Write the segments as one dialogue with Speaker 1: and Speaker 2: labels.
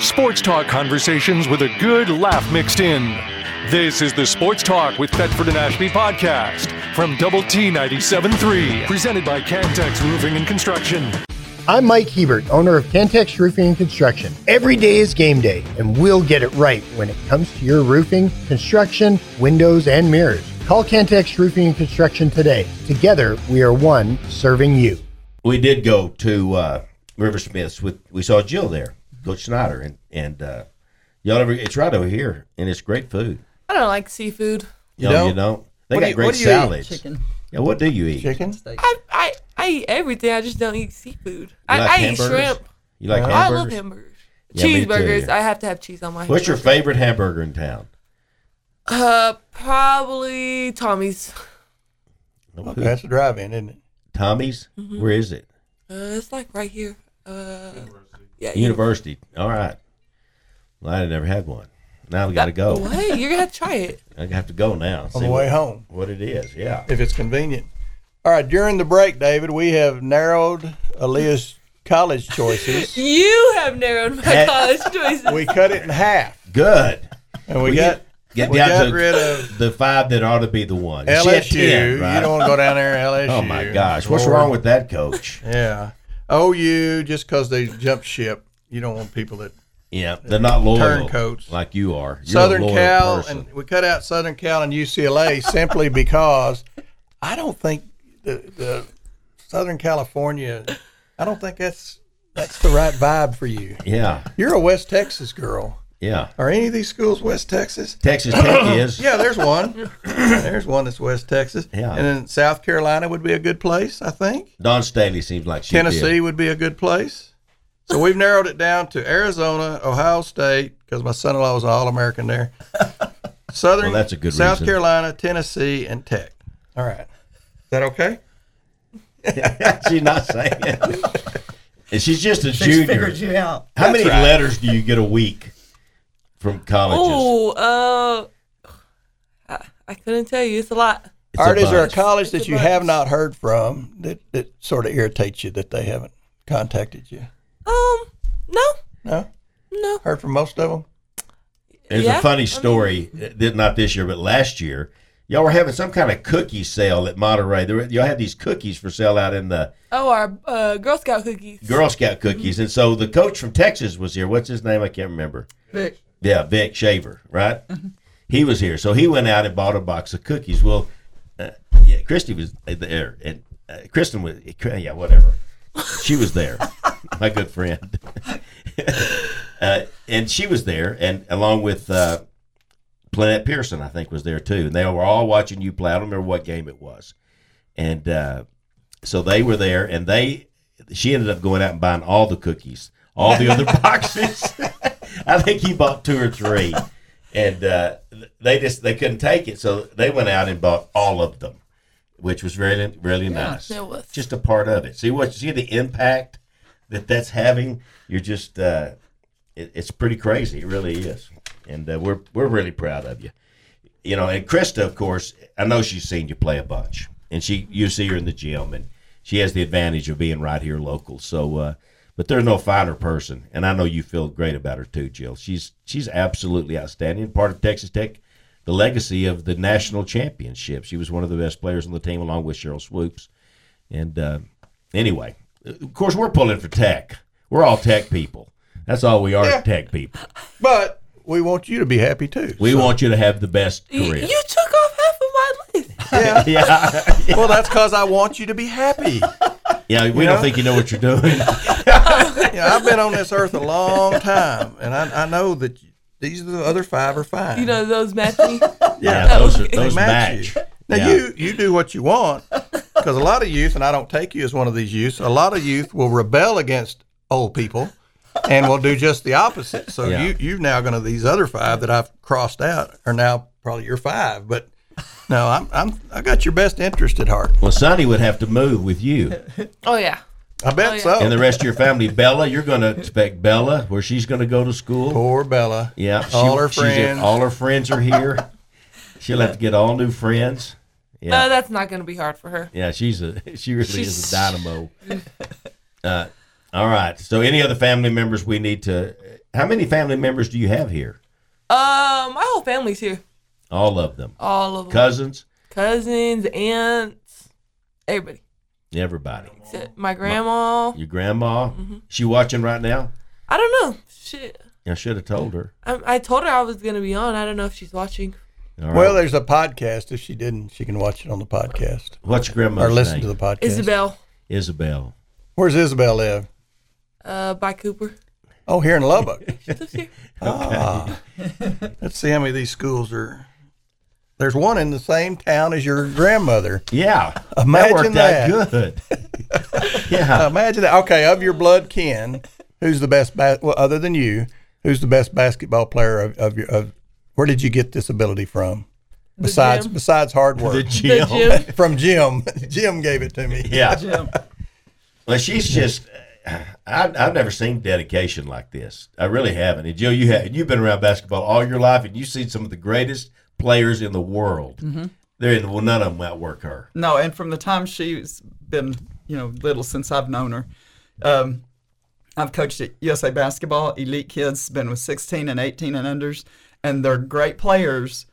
Speaker 1: Sports talk conversations with a good laugh mixed in. This is the Sports Talk with Thetford and Ashby podcast from Double T 97.3, presented by Cantex Roofing and Construction.
Speaker 2: I'm Mike Hebert, owner of Cantex Roofing and Construction. Every day is game day, and we'll get it right when it comes to your roofing, construction, windows, and mirrors. Call Cantex Roofing and Construction today. Together, we are one serving you.
Speaker 3: we did go to uh, River Smiths with we saw Jill there, Coach Snyder, and and uh, y'all ever it's right over here, and it's great food.
Speaker 4: I don't like seafood.
Speaker 3: You
Speaker 5: don't?
Speaker 3: you know they
Speaker 5: What
Speaker 3: got
Speaker 5: do you-
Speaker 3: great
Speaker 5: what do you eat?
Speaker 3: salads.
Speaker 6: Chicken.
Speaker 3: Yeah, what do you eat?
Speaker 5: Chicken?
Speaker 4: I, I, I eat everything. I just don't eat seafood. I,
Speaker 3: like
Speaker 4: I eat
Speaker 3: hamburgers?
Speaker 4: shrimp.
Speaker 3: You like
Speaker 4: I love
Speaker 3: hamburgers?
Speaker 4: hamburgers.
Speaker 3: Yeah, me too.
Speaker 4: Cheeseburgers. I have to have cheese on my.
Speaker 3: What's your
Speaker 4: hamburger.
Speaker 3: favorite hamburger in town?
Speaker 4: Uh, probably Tommy's.
Speaker 5: Okay, that's a drive-in, isn't it?
Speaker 3: Tommy's. Where is it?
Speaker 4: Uh, it's like right here. Uh, yeah. you-
Speaker 3: University. All right. Well, I never had one. Now we got to go.
Speaker 4: What? You're gonna have to try it.
Speaker 3: I have to go now.
Speaker 5: On the way home,
Speaker 3: What it is? Yeah.
Speaker 5: if it's convenient. All right, during the break, David, we have narrowed Aaliyah's college choices.
Speaker 4: You have narrowed my
Speaker 3: Hey.
Speaker 4: college choices.
Speaker 5: We cut it in half,
Speaker 3: Good.
Speaker 5: and we
Speaker 3: We
Speaker 5: got
Speaker 3: Get
Speaker 5: we
Speaker 3: down
Speaker 5: got
Speaker 3: to
Speaker 5: rid of
Speaker 3: the five that ought to be the one. She had
Speaker 5: LSU.
Speaker 3: 10, right?
Speaker 5: You don't want to go down there, LSU.
Speaker 3: Oh my gosh, what's
Speaker 5: Lord.
Speaker 3: wrong with that coach?
Speaker 5: Yeah, OU just because they jump ship. You don't want people that
Speaker 3: Yeah, they're not loyal
Speaker 5: Turncoats.
Speaker 3: like you are. You're a
Speaker 5: Southern
Speaker 3: loyal
Speaker 5: Cal,
Speaker 3: person.
Speaker 5: and we cut out Southern Cal and UCLA simply because I don't think the, the Southern California, I don't think that's that's the right vibe for you.
Speaker 3: yeah,
Speaker 5: You're a West Texas girl.
Speaker 3: yeah.
Speaker 5: Are any of these schools West Texas?
Speaker 3: Texas Tech is.
Speaker 5: Yeah, there's one. there's one that's West Texas.
Speaker 3: Yeah.
Speaker 5: And then South Carolina would be a good place, I think.
Speaker 3: Don Staley seems like she
Speaker 5: Tennessee
Speaker 3: did.
Speaker 5: would be a good place. So we've narrowed it down to Arizona, Ohio State, because my son-in-law was an All-American there. Southern,
Speaker 3: Well, that's a good
Speaker 5: South
Speaker 3: reason.
Speaker 5: Carolina, Tennessee, and Tech. All right, is that okay?
Speaker 3: she's not saying. it. and she's just a
Speaker 6: She's
Speaker 3: junior.
Speaker 6: figured you out.
Speaker 3: How many letters do you get a week from colleges?
Speaker 4: Oh, uh, I, I couldn't tell you. It's a lot.
Speaker 3: It's
Speaker 5: All right, is there a
Speaker 3: bunch.
Speaker 5: college
Speaker 4: It's
Speaker 5: that
Speaker 4: a
Speaker 5: you have
Speaker 4: bunch.
Speaker 5: not heard from that, that sort of irritates you that they haven't contacted you?
Speaker 4: Um, no,
Speaker 5: No,
Speaker 4: no.
Speaker 5: heard from most of them.
Speaker 3: There's
Speaker 4: Yeah,
Speaker 3: a funny
Speaker 4: I
Speaker 3: story, uh, did- not this year, but last year. Y'all were having some kind of cookie sale at Monterey. There, were- y'all had these cookies for sale out in the
Speaker 4: Oh, our uh, Girl Scout cookies.
Speaker 3: Girl Scout cookies. And so the coach from Texas was here. What's his name? I can't remember.
Speaker 6: Vic.
Speaker 3: Yeah, Vic Shaver, right? He was here. So he went out and bought a box of cookies. Well, uh, yeah, Christy was there. And uh, Kristen was, yeah, whatever. She was there, my good friend. uh, and she was there, and along with uh, Planet Pearson, I think, was there too. And they were all watching you play. I don't remember what game it was. And uh, so they were there, and they she ended up going out and buying all the cookies, all the other boxes. I think he bought two or three, and uh, they just they couldn't take it, so they went out and bought all of them, which was really really nice.
Speaker 4: it was.
Speaker 3: just a part of it. See what see the impact that that's having. You're just uh, it, it's pretty crazy. It really is, and uh, we're we're really proud of you you know, and Krista, of course, I know she's seen you play a bunch, and she you see her in the gym, and she has the advantage of being right here local. So, uh, but there's no finer person, and I know you feel great about her too, Jill. She's she's absolutely outstanding, part of Texas Tech, the legacy of the national championship. She was one of the best players on the team, along with Cheryl Swoops. And uh, anyway, of course, we're pulling for Tech. We're all Tech people. That's all we are, Tech people.
Speaker 5: But we want you to be happy too.
Speaker 3: We want you to have the best
Speaker 4: You,
Speaker 3: career.
Speaker 4: you took off half of my list.
Speaker 5: yeah.
Speaker 3: yeah.
Speaker 5: Well, that's because I want you to be happy.
Speaker 3: Yeah, we
Speaker 5: You
Speaker 3: don't
Speaker 5: know?
Speaker 3: think you know what you're doing.
Speaker 5: you know, I've been on this earth a long time, and I, I know that these are the other five are fine.
Speaker 4: You know those matching.
Speaker 3: yeah,
Speaker 4: No.
Speaker 3: those are,
Speaker 4: They
Speaker 3: those
Speaker 5: They
Speaker 3: match.
Speaker 5: you. Now
Speaker 3: Yeah.
Speaker 5: you you do what you want, because a lot of youth, and I don't take you as one of these youths. A lot of youth will rebel against old people, and will do just the opposite. So
Speaker 3: Yeah.
Speaker 5: you you've now gonna these other five that I've crossed out are now probably your five, but. No, I'm, I'm I got your best interest at heart.
Speaker 3: Well, Sonny would have to move with you
Speaker 4: Oh yeah.
Speaker 5: I bet
Speaker 4: Oh, yeah.
Speaker 5: so.
Speaker 3: and the rest of your family. Bella, you're going to expect Bella where she's going to go to school.
Speaker 5: Poor Bella.
Speaker 3: Yeah, she-
Speaker 5: all her
Speaker 3: she's-
Speaker 5: friends.
Speaker 3: all her friends are here. She'll have to get all new friends. Yeah,
Speaker 4: No, that's not gonna be hard for her.
Speaker 3: yeah, she's a she really
Speaker 4: She's-
Speaker 3: is a dynamo. Uh, all right. So, any other family members we need to How many family members do you have here?
Speaker 4: Um, my whole family's here.
Speaker 3: All of them.
Speaker 4: All of them.
Speaker 3: Cousins,
Speaker 4: Cousins, aunts, everybody.
Speaker 3: everybody.
Speaker 4: Except my grandma.
Speaker 3: Your grandma, she watching right now?
Speaker 4: I don't know. Shit.
Speaker 3: I should have told her.
Speaker 4: I, I told her I was gonna be on. I don't know if she's watching.
Speaker 3: All right.
Speaker 5: Well, there's a podcast. If she didn't, she can watch it on the podcast
Speaker 3: what's your grandmother's
Speaker 5: or listen
Speaker 3: name?
Speaker 5: to the podcast.
Speaker 4: Isabel,
Speaker 3: Isabel.
Speaker 5: Where's Isabel live?
Speaker 4: uh, by Cooper.
Speaker 5: Oh, here in Lubbock.
Speaker 4: She lives here.
Speaker 5: Ah. Let's see how many of these schools are. There's one in the same town as your grandmother.
Speaker 3: Yeah. that
Speaker 5: Imagine
Speaker 3: worked out
Speaker 5: that.
Speaker 3: good. yeah.
Speaker 5: Imagine that. Okay, of your blood kin, who's the best? Ba- well, other than you, who's the best basketball player of, of your? Of, where did you get this ability from? Besides,
Speaker 4: gym.
Speaker 5: besides hard work.
Speaker 3: The
Speaker 4: The
Speaker 3: Jill.
Speaker 4: gym.
Speaker 5: from Jim. Jim gave it to me.
Speaker 3: Yeah.
Speaker 6: Jim.
Speaker 3: Well, she's just. I, I've never seen dedication like this. I really haven't. And Jill, you have. You've been around basketball all your life, and you've seen some of the greatest players in the world. There, well, none of them outwork her.
Speaker 6: No, and from the time she's been, you know, little since I've known her, um, I've coached at USA Basketball, elite kids, been with 16 and 18 and unders, and they're great players,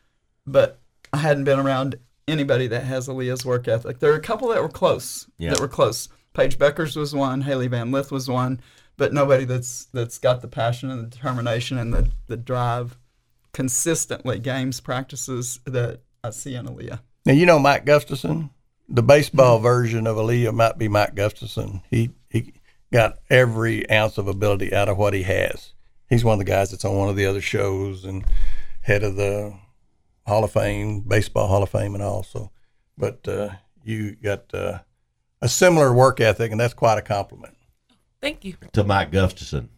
Speaker 6: but I hadn't been around anybody that has Aaliyah's work ethic. There are a couple that were close,
Speaker 3: Yeah.
Speaker 6: that were close. Paige Beckers was one, Haley Van Lith was one, but nobody that's that's got the passion and the determination and the, the drive consistently, games, practices that I see in Aaliyah.
Speaker 5: Now you know Mike Gustafson. The baseball version of Aaliyah might be Mike Gustafson. He he got every ounce of ability out of what he has. He's one of the guys that's on one of the other shows and head of the Hall of Fame, baseball Hall of Fame, and all. So, but uh, you got uh, a similar work ethic, and that's quite a compliment.
Speaker 4: Thank you.
Speaker 3: To Mike Gustafson.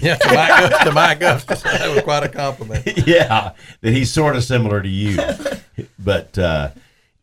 Speaker 5: Yeah, to Mike, Gus- to Mike Gustafson, that was quite a compliment.
Speaker 3: yeah, that he's sort of similar to you, but uh,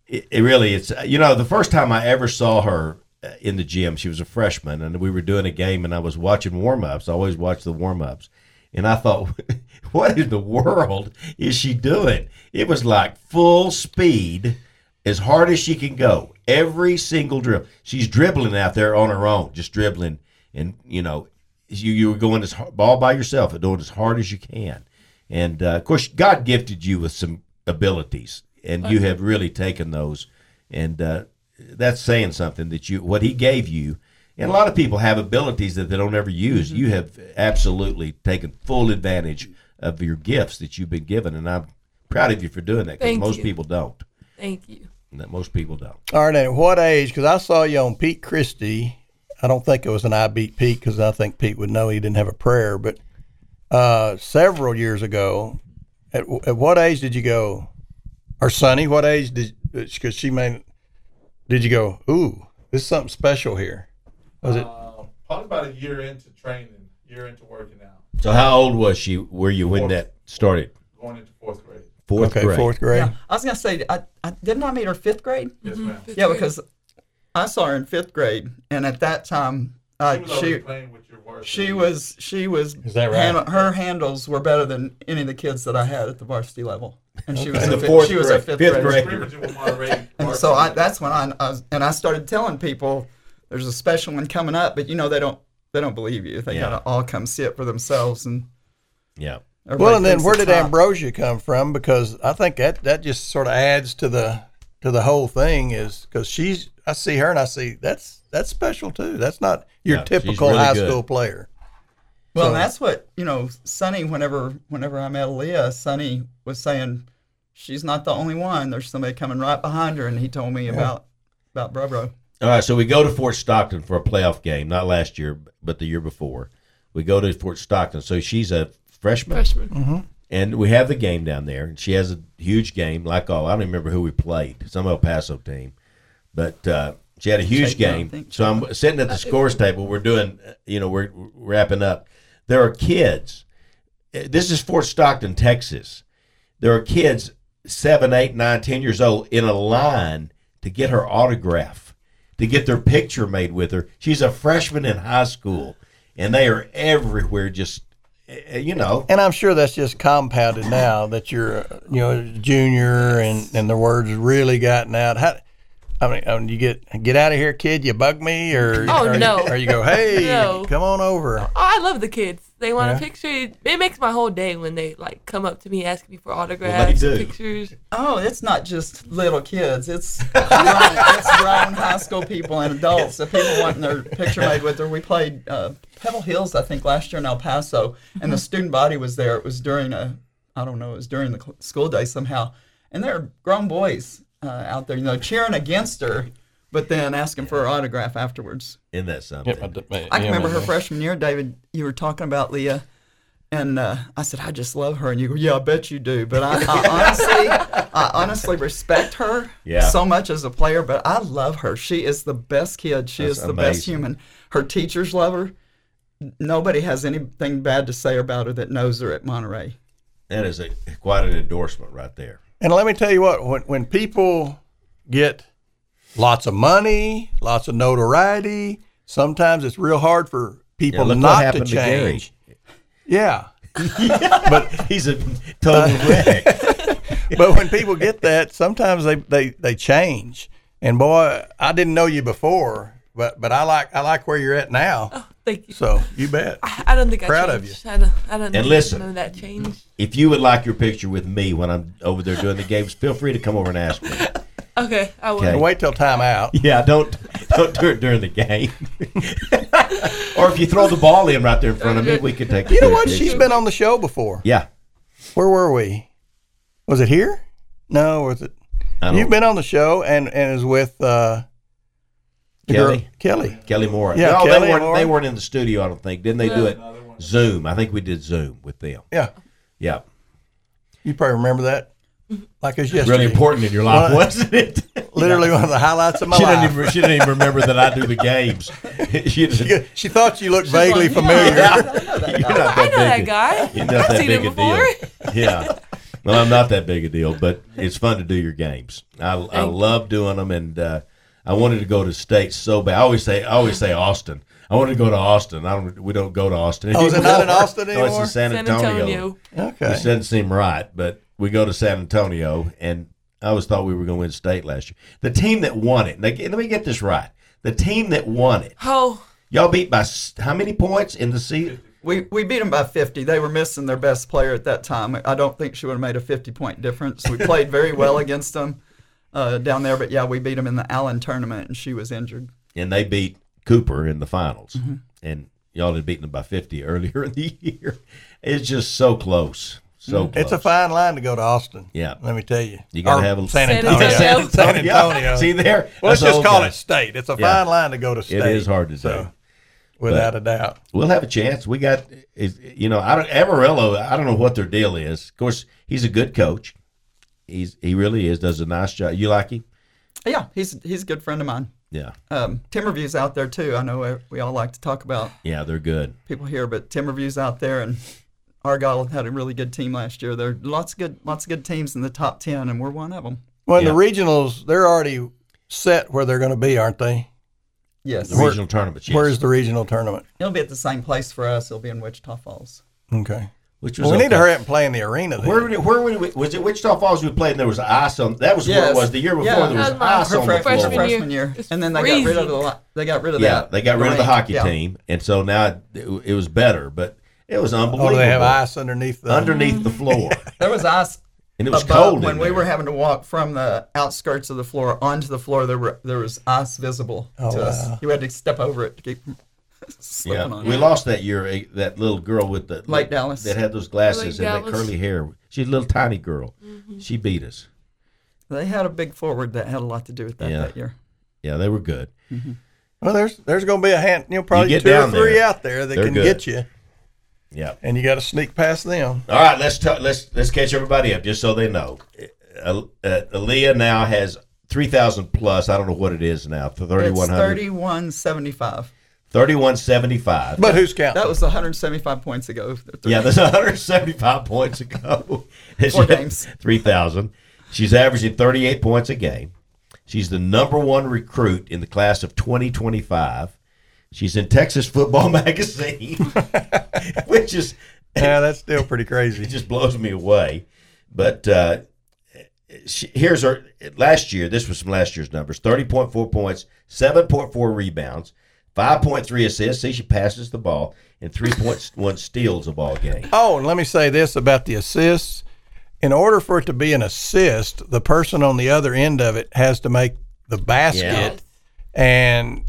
Speaker 3: it, it really it's you know the first time I ever saw her uh, in the gym, she was a freshman, and we were doing a game, and I was watching warm ups. I always watch the warm ups, and I thought, what in the world is she doing? It was like full speed. As hard as she can go, every single dribble. She's dribbling out there on her own, just dribbling, and you know, you you were going as hard, all by yourself and doing as hard as you can. And uh, of course, God gifted you with some abilities, and you have really taken those. And uh, that's saying something that you what He gave you. And a lot of people have abilities that they don't ever use.
Speaker 4: Mm-hmm.
Speaker 3: You have absolutely taken full advantage of your gifts that you've been given, and I'm proud of you for doing that because
Speaker 4: Thank
Speaker 3: most
Speaker 4: you.
Speaker 3: people don't.
Speaker 4: Thank you.
Speaker 3: And that most people don't.
Speaker 5: All right, at what age? Because I saw you on Pete Christie. I don't think it was an I beat Pete because I think Pete would know he didn't have a prayer. But uh, several years ago, at, at what age did you go? Or Sonny, what age did? Because she may. Did you go? Ooh, there's something special here. Was it?
Speaker 7: Um, probably about a year into training, year into working out,
Speaker 3: So, how old was she? Were you when
Speaker 7: Fourth.
Speaker 3: that started?
Speaker 7: going into fourth grade.
Speaker 3: Fourth
Speaker 5: okay,
Speaker 3: grade.
Speaker 5: fourth grade.
Speaker 6: Yeah, I was gonna say, I, I didn't I meet her Mm-hmm. fifth grade?
Speaker 7: Yes, ma'am.
Speaker 6: Yeah, because I saw her in fifth grade, and at that time,
Speaker 7: She
Speaker 6: uh,
Speaker 7: was already
Speaker 6: she
Speaker 7: playing with your varsity.
Speaker 6: she was she was
Speaker 5: Is that right?
Speaker 6: handle- her handles were better than any of the kids that I had at the varsity level, and she was
Speaker 3: And
Speaker 6: a
Speaker 3: the
Speaker 6: fifth,
Speaker 3: fourth
Speaker 6: she was a
Speaker 3: grade-
Speaker 6: fifth,
Speaker 3: fifth
Speaker 6: grade.
Speaker 3: grade.
Speaker 7: scrimmaging with Monterey.
Speaker 6: And so I,
Speaker 7: varsity.
Speaker 6: that's when I, I was, and I started telling people there's a special one coming up, but you know they don't they don't believe you. They
Speaker 3: Yeah.
Speaker 6: gotta all come see it for themselves. And
Speaker 3: Yeah.
Speaker 5: Well, and
Speaker 6: everybody
Speaker 5: then
Speaker 6: thinks
Speaker 5: where
Speaker 6: it's
Speaker 5: did
Speaker 6: hot.
Speaker 5: ambrosia come from? Because I think that that just sort of adds to the to the whole thing is because she's I see her and I see that's that's special too. That's not your
Speaker 3: Yeah, she's
Speaker 5: typical
Speaker 3: really
Speaker 5: high
Speaker 3: good.
Speaker 5: school player.
Speaker 6: Well,
Speaker 5: So-
Speaker 6: and that's what you know. Sunny, whenever whenever I met Leah, Sunny was saying she's not the only one. There's somebody coming right behind her, and he told me about about Brubro.
Speaker 3: All right, so we go to Fort Stockton for a playoff game, not last year, but the year before. We go to Fort Stockton. So she's a freshman,
Speaker 4: Freshman.
Speaker 6: Mm-hmm.
Speaker 3: and we have the game down there, and she has a huge game. Like all, I don't even remember who we played, some El Paso team, but uh, she had a huge
Speaker 6: Shake Mountain, I
Speaker 3: game.
Speaker 6: think.
Speaker 3: So I'm sitting at the scores table. We're doing, uh, you know, we're we're wrapping up. There are kids. Uh, This is Fort Stockton, Texas. There are kids seven, eight, nine, ten years old in a line to get her autograph, to get their picture made with her. She's a freshman in high school, and they are everywhere. Just uh, you know,
Speaker 5: And I'm sure that's just compounded now that you're uh, you know a junior and and the words really gotten out. How, I mean, um, you get get out of here, kid. You bug me, or
Speaker 4: Oh,
Speaker 5: or,
Speaker 4: no.
Speaker 5: or you go, hey,
Speaker 4: No.
Speaker 5: come on over.
Speaker 4: Oh, I love the kids. They want
Speaker 5: Yeah.
Speaker 4: a picture. It, it makes my whole day when they like come up to me asking me for
Speaker 3: They
Speaker 4: autographs,
Speaker 3: do.
Speaker 4: pictures.
Speaker 6: Oh, it's not just little kids. It's grown, it's grown high school people and adults. The people wanting their picture made with her. We played uh, Pebble Hills, I think, last year in El Paso, and the student body was there. It was during a, I don't know, it was during the cl- school day somehow, and there are grown boys uh, out there, you know, cheering against her, but then asking for her autograph afterwards.
Speaker 3: Isn't that something?
Speaker 6: I can remember her freshman year, David. You were talking about Leah, and uh, I said I just love her, and you go, "Yeah, I bet you do." But I, I honestly, I honestly respect her
Speaker 3: Yeah.
Speaker 6: so much as a player. But I love her. She is the best kid. She
Speaker 3: That's
Speaker 6: is the best
Speaker 3: amazing.
Speaker 6: human. Her teachers love her. Nobody has anything bad to say about her that knows her at Monterey.
Speaker 3: That is a quite an endorsement right there.
Speaker 5: And let me tell you what, when, when people get lots of money, lots of notoriety, sometimes it's real hard for people
Speaker 3: look what
Speaker 5: not to
Speaker 3: happened to Gary.
Speaker 5: change. yeah.
Speaker 3: He's a total wreck.
Speaker 5: but when people get that, sometimes they, they, they change. And boy, I didn't know you before, but but I like I like where you're at now.
Speaker 4: Thank you.
Speaker 5: So you bet.
Speaker 4: I don't think
Speaker 5: Proud
Speaker 4: I
Speaker 5: of you.
Speaker 4: changed. I don't. I don't think
Speaker 3: listen.
Speaker 4: none of that changed.
Speaker 3: If you would like your picture with me when I'm over there doing the games, feel free to come over and ask me.
Speaker 4: Okay, I will.
Speaker 3: Okay.
Speaker 5: And wait till time out.
Speaker 3: Yeah, don't don't do it during the game. or if you throw the ball in right there in front of me, we could take.
Speaker 5: You know what? She's been on the show before.
Speaker 3: Yeah,
Speaker 5: Where were we? Was it here? No, was it?
Speaker 3: I don't-
Speaker 5: You've been on the show and and is with uh, the girl-
Speaker 3: Kelly.
Speaker 5: Kelly.
Speaker 3: Kelly Moore.
Speaker 5: Yeah,
Speaker 3: no,
Speaker 5: Kelly
Speaker 3: they weren't.
Speaker 5: Moore.
Speaker 3: They weren't in the studio. I don't think. Didn't they do it? Zoom. I think we did Zoom with them.
Speaker 5: Yeah,
Speaker 3: Yeah,
Speaker 5: you probably remember that. Like it was yesterday.
Speaker 8: Really important in your life,
Speaker 5: Well,
Speaker 8: wasn't it?
Speaker 5: Literally one of the highlights of my
Speaker 8: She
Speaker 5: life.
Speaker 8: didn't, even, she didn't even remember that I do the games. she doesn't-
Speaker 5: Yeah, she thought you looked vaguely familiar.
Speaker 3: you're not
Speaker 4: I know that
Speaker 3: big a-
Speaker 4: guy.
Speaker 3: You're not
Speaker 4: I've
Speaker 3: that
Speaker 4: seen
Speaker 3: big
Speaker 4: him
Speaker 3: a
Speaker 4: before.
Speaker 3: deal. Yeah. Well, I'm not that big a deal, but it's fun to do your games. I, I love doing them, and uh, I wanted to go to states so bad. I always say I always say Austin. I wanted to go to Austin. I don't. We don't go to Austin.
Speaker 5: Oh, is it not in
Speaker 3: anymore.
Speaker 5: Austin
Speaker 3: No,
Speaker 5: anymore?
Speaker 3: it's in San
Speaker 4: San
Speaker 3: Antonio.
Speaker 4: Antonio.
Speaker 5: Okay.
Speaker 3: Which doesn't seem right, but we go to San Antonio, and I always thought we were going to win state last year. The team that won it. Now, get- let me get this right. The team that won it.
Speaker 4: Oh,
Speaker 3: Y'all beat by s- how many points in the season?
Speaker 6: We we beat them by 50. They were missing their best player at that time. I don't think she would have made a 50 point difference. We played very well against them uh, down there, but yeah, we beat them in the Allen tournament, and she was injured.
Speaker 3: and they beat Cooper in the finals,
Speaker 5: Mm-hmm.
Speaker 3: and y'all had beaten them by fifty earlier in the year. It's just so close, so close.
Speaker 5: Mm-hmm. It's a fine line to go to Austin.
Speaker 3: Yeah.
Speaker 5: Let me tell you.
Speaker 3: You gotta
Speaker 5: Or
Speaker 3: have a-
Speaker 4: San
Speaker 5: San Antonio.
Speaker 4: Antonio.
Speaker 5: San
Speaker 3: Yeah.
Speaker 5: Antonio.
Speaker 3: See there,
Speaker 5: well, let's
Speaker 3: That's
Speaker 5: just
Speaker 3: old
Speaker 5: call
Speaker 3: guy.
Speaker 5: it state. It's a
Speaker 3: Yeah.
Speaker 5: fine line to go to state.
Speaker 3: It is hard to
Speaker 5: So,
Speaker 3: do.
Speaker 5: without a doubt.
Speaker 3: We'll have a chance. We got, is- you know, I don't, Amarillo. I don't know what their deal is. Of course, he's a good coach. He's he really is. Does a nice job. You like him?
Speaker 6: Yeah, he's he's a good friend of mine.
Speaker 3: Yeah,
Speaker 6: Um, Timberview's out there too. I know uh, we all like to talk about
Speaker 3: yeah. They're good.
Speaker 6: people here, but Timberview's out there, and Argyle had a really good team last year. There are lots of good lots of good teams in the top ten, and we're one of them.
Speaker 5: Well, in
Speaker 3: Yeah.
Speaker 5: the regionals, they're already set where they're going to be, aren't they?
Speaker 6: Yes,
Speaker 3: The regional tournaments. Yes.
Speaker 5: Where's the regional tournament?
Speaker 6: he'll be at the same place for us. He'll be in Wichita Falls.
Speaker 5: Okay.
Speaker 3: Which was
Speaker 5: Well, we need
Speaker 3: okay.
Speaker 5: to hurry up and play in the arena. Then.
Speaker 3: Where were we- where were we, was it? Wichita Falls we played, and there was ice on. That was where it
Speaker 6: Yes.
Speaker 3: was the year before.
Speaker 6: Yeah.
Speaker 3: There was
Speaker 4: That was my
Speaker 3: ice on the
Speaker 4: freshman
Speaker 3: floor.
Speaker 4: year. It's
Speaker 6: and then they got rid of the
Speaker 4: freezing.
Speaker 6: li- they got rid of
Speaker 3: Yeah,
Speaker 6: that.
Speaker 3: they got rid of the
Speaker 6: rank.
Speaker 3: hockey
Speaker 6: Yeah.
Speaker 3: team, and so now it, it was better, but it was unbelievable.
Speaker 5: Oh, do they have ice underneath the.
Speaker 3: underneath the floor,
Speaker 6: There was ice.
Speaker 3: and it was
Speaker 6: above
Speaker 3: cold.
Speaker 6: when
Speaker 3: in
Speaker 6: we
Speaker 3: there.
Speaker 6: were having to walk from the outskirts of the floor onto the floor. There were there was ice visible
Speaker 4: Oh,
Speaker 6: to us. You had to step over it to keep from slipping
Speaker 3: yeah,
Speaker 6: on.
Speaker 3: we
Speaker 6: it.
Speaker 3: lost that year. eh, That little girl with the
Speaker 6: Lake Dallas.
Speaker 3: that had those glasses and
Speaker 4: Lake
Speaker 3: that
Speaker 4: Dallas. Mm-hmm.
Speaker 3: curly hair. She's a little tiny girl. She beat us.
Speaker 6: They had a big forward that had a lot to do with that
Speaker 3: Yeah.
Speaker 6: that year.
Speaker 3: Yeah, they were good.
Speaker 5: Well, there's there's going to be a hand, you know, probably
Speaker 3: get
Speaker 5: two or
Speaker 3: down
Speaker 5: three
Speaker 3: there.
Speaker 5: out there that
Speaker 3: They're
Speaker 5: can
Speaker 3: good.
Speaker 5: get you,
Speaker 3: Yeah.
Speaker 5: and you got to sneak past them.
Speaker 3: All right, let's t- let's let's catch everybody up just so they know. Uh, uh, Aaliyah now has three thousand plus. I don't know what it is now. Thirty
Speaker 6: It's
Speaker 3: one hundred.
Speaker 6: thirty-one seventy-five.
Speaker 3: Thirty one seventy five.
Speaker 5: But who's counting?
Speaker 6: That was one hundred seventy-five points ago.
Speaker 3: Yeah, that's 175 points a go.
Speaker 6: Four games.
Speaker 3: 3,000. She's averaging 38 points a game. She's the number one recruit in the class of 2025. She's in Texas Football Magazine, which is
Speaker 5: yeah, that's still pretty crazy.
Speaker 3: it just blows me away. But uh, she, here's her last year. This was from last year's numbers: thirty point four points, seven point four rebounds, 5.3 assists, see, she passes the ball, and 3.1 steals a ball game.
Speaker 5: Oh, and let me say this about the assists. In order for it to be an assist, the person on the other end of it has to make the basket.
Speaker 3: Yeah.
Speaker 5: And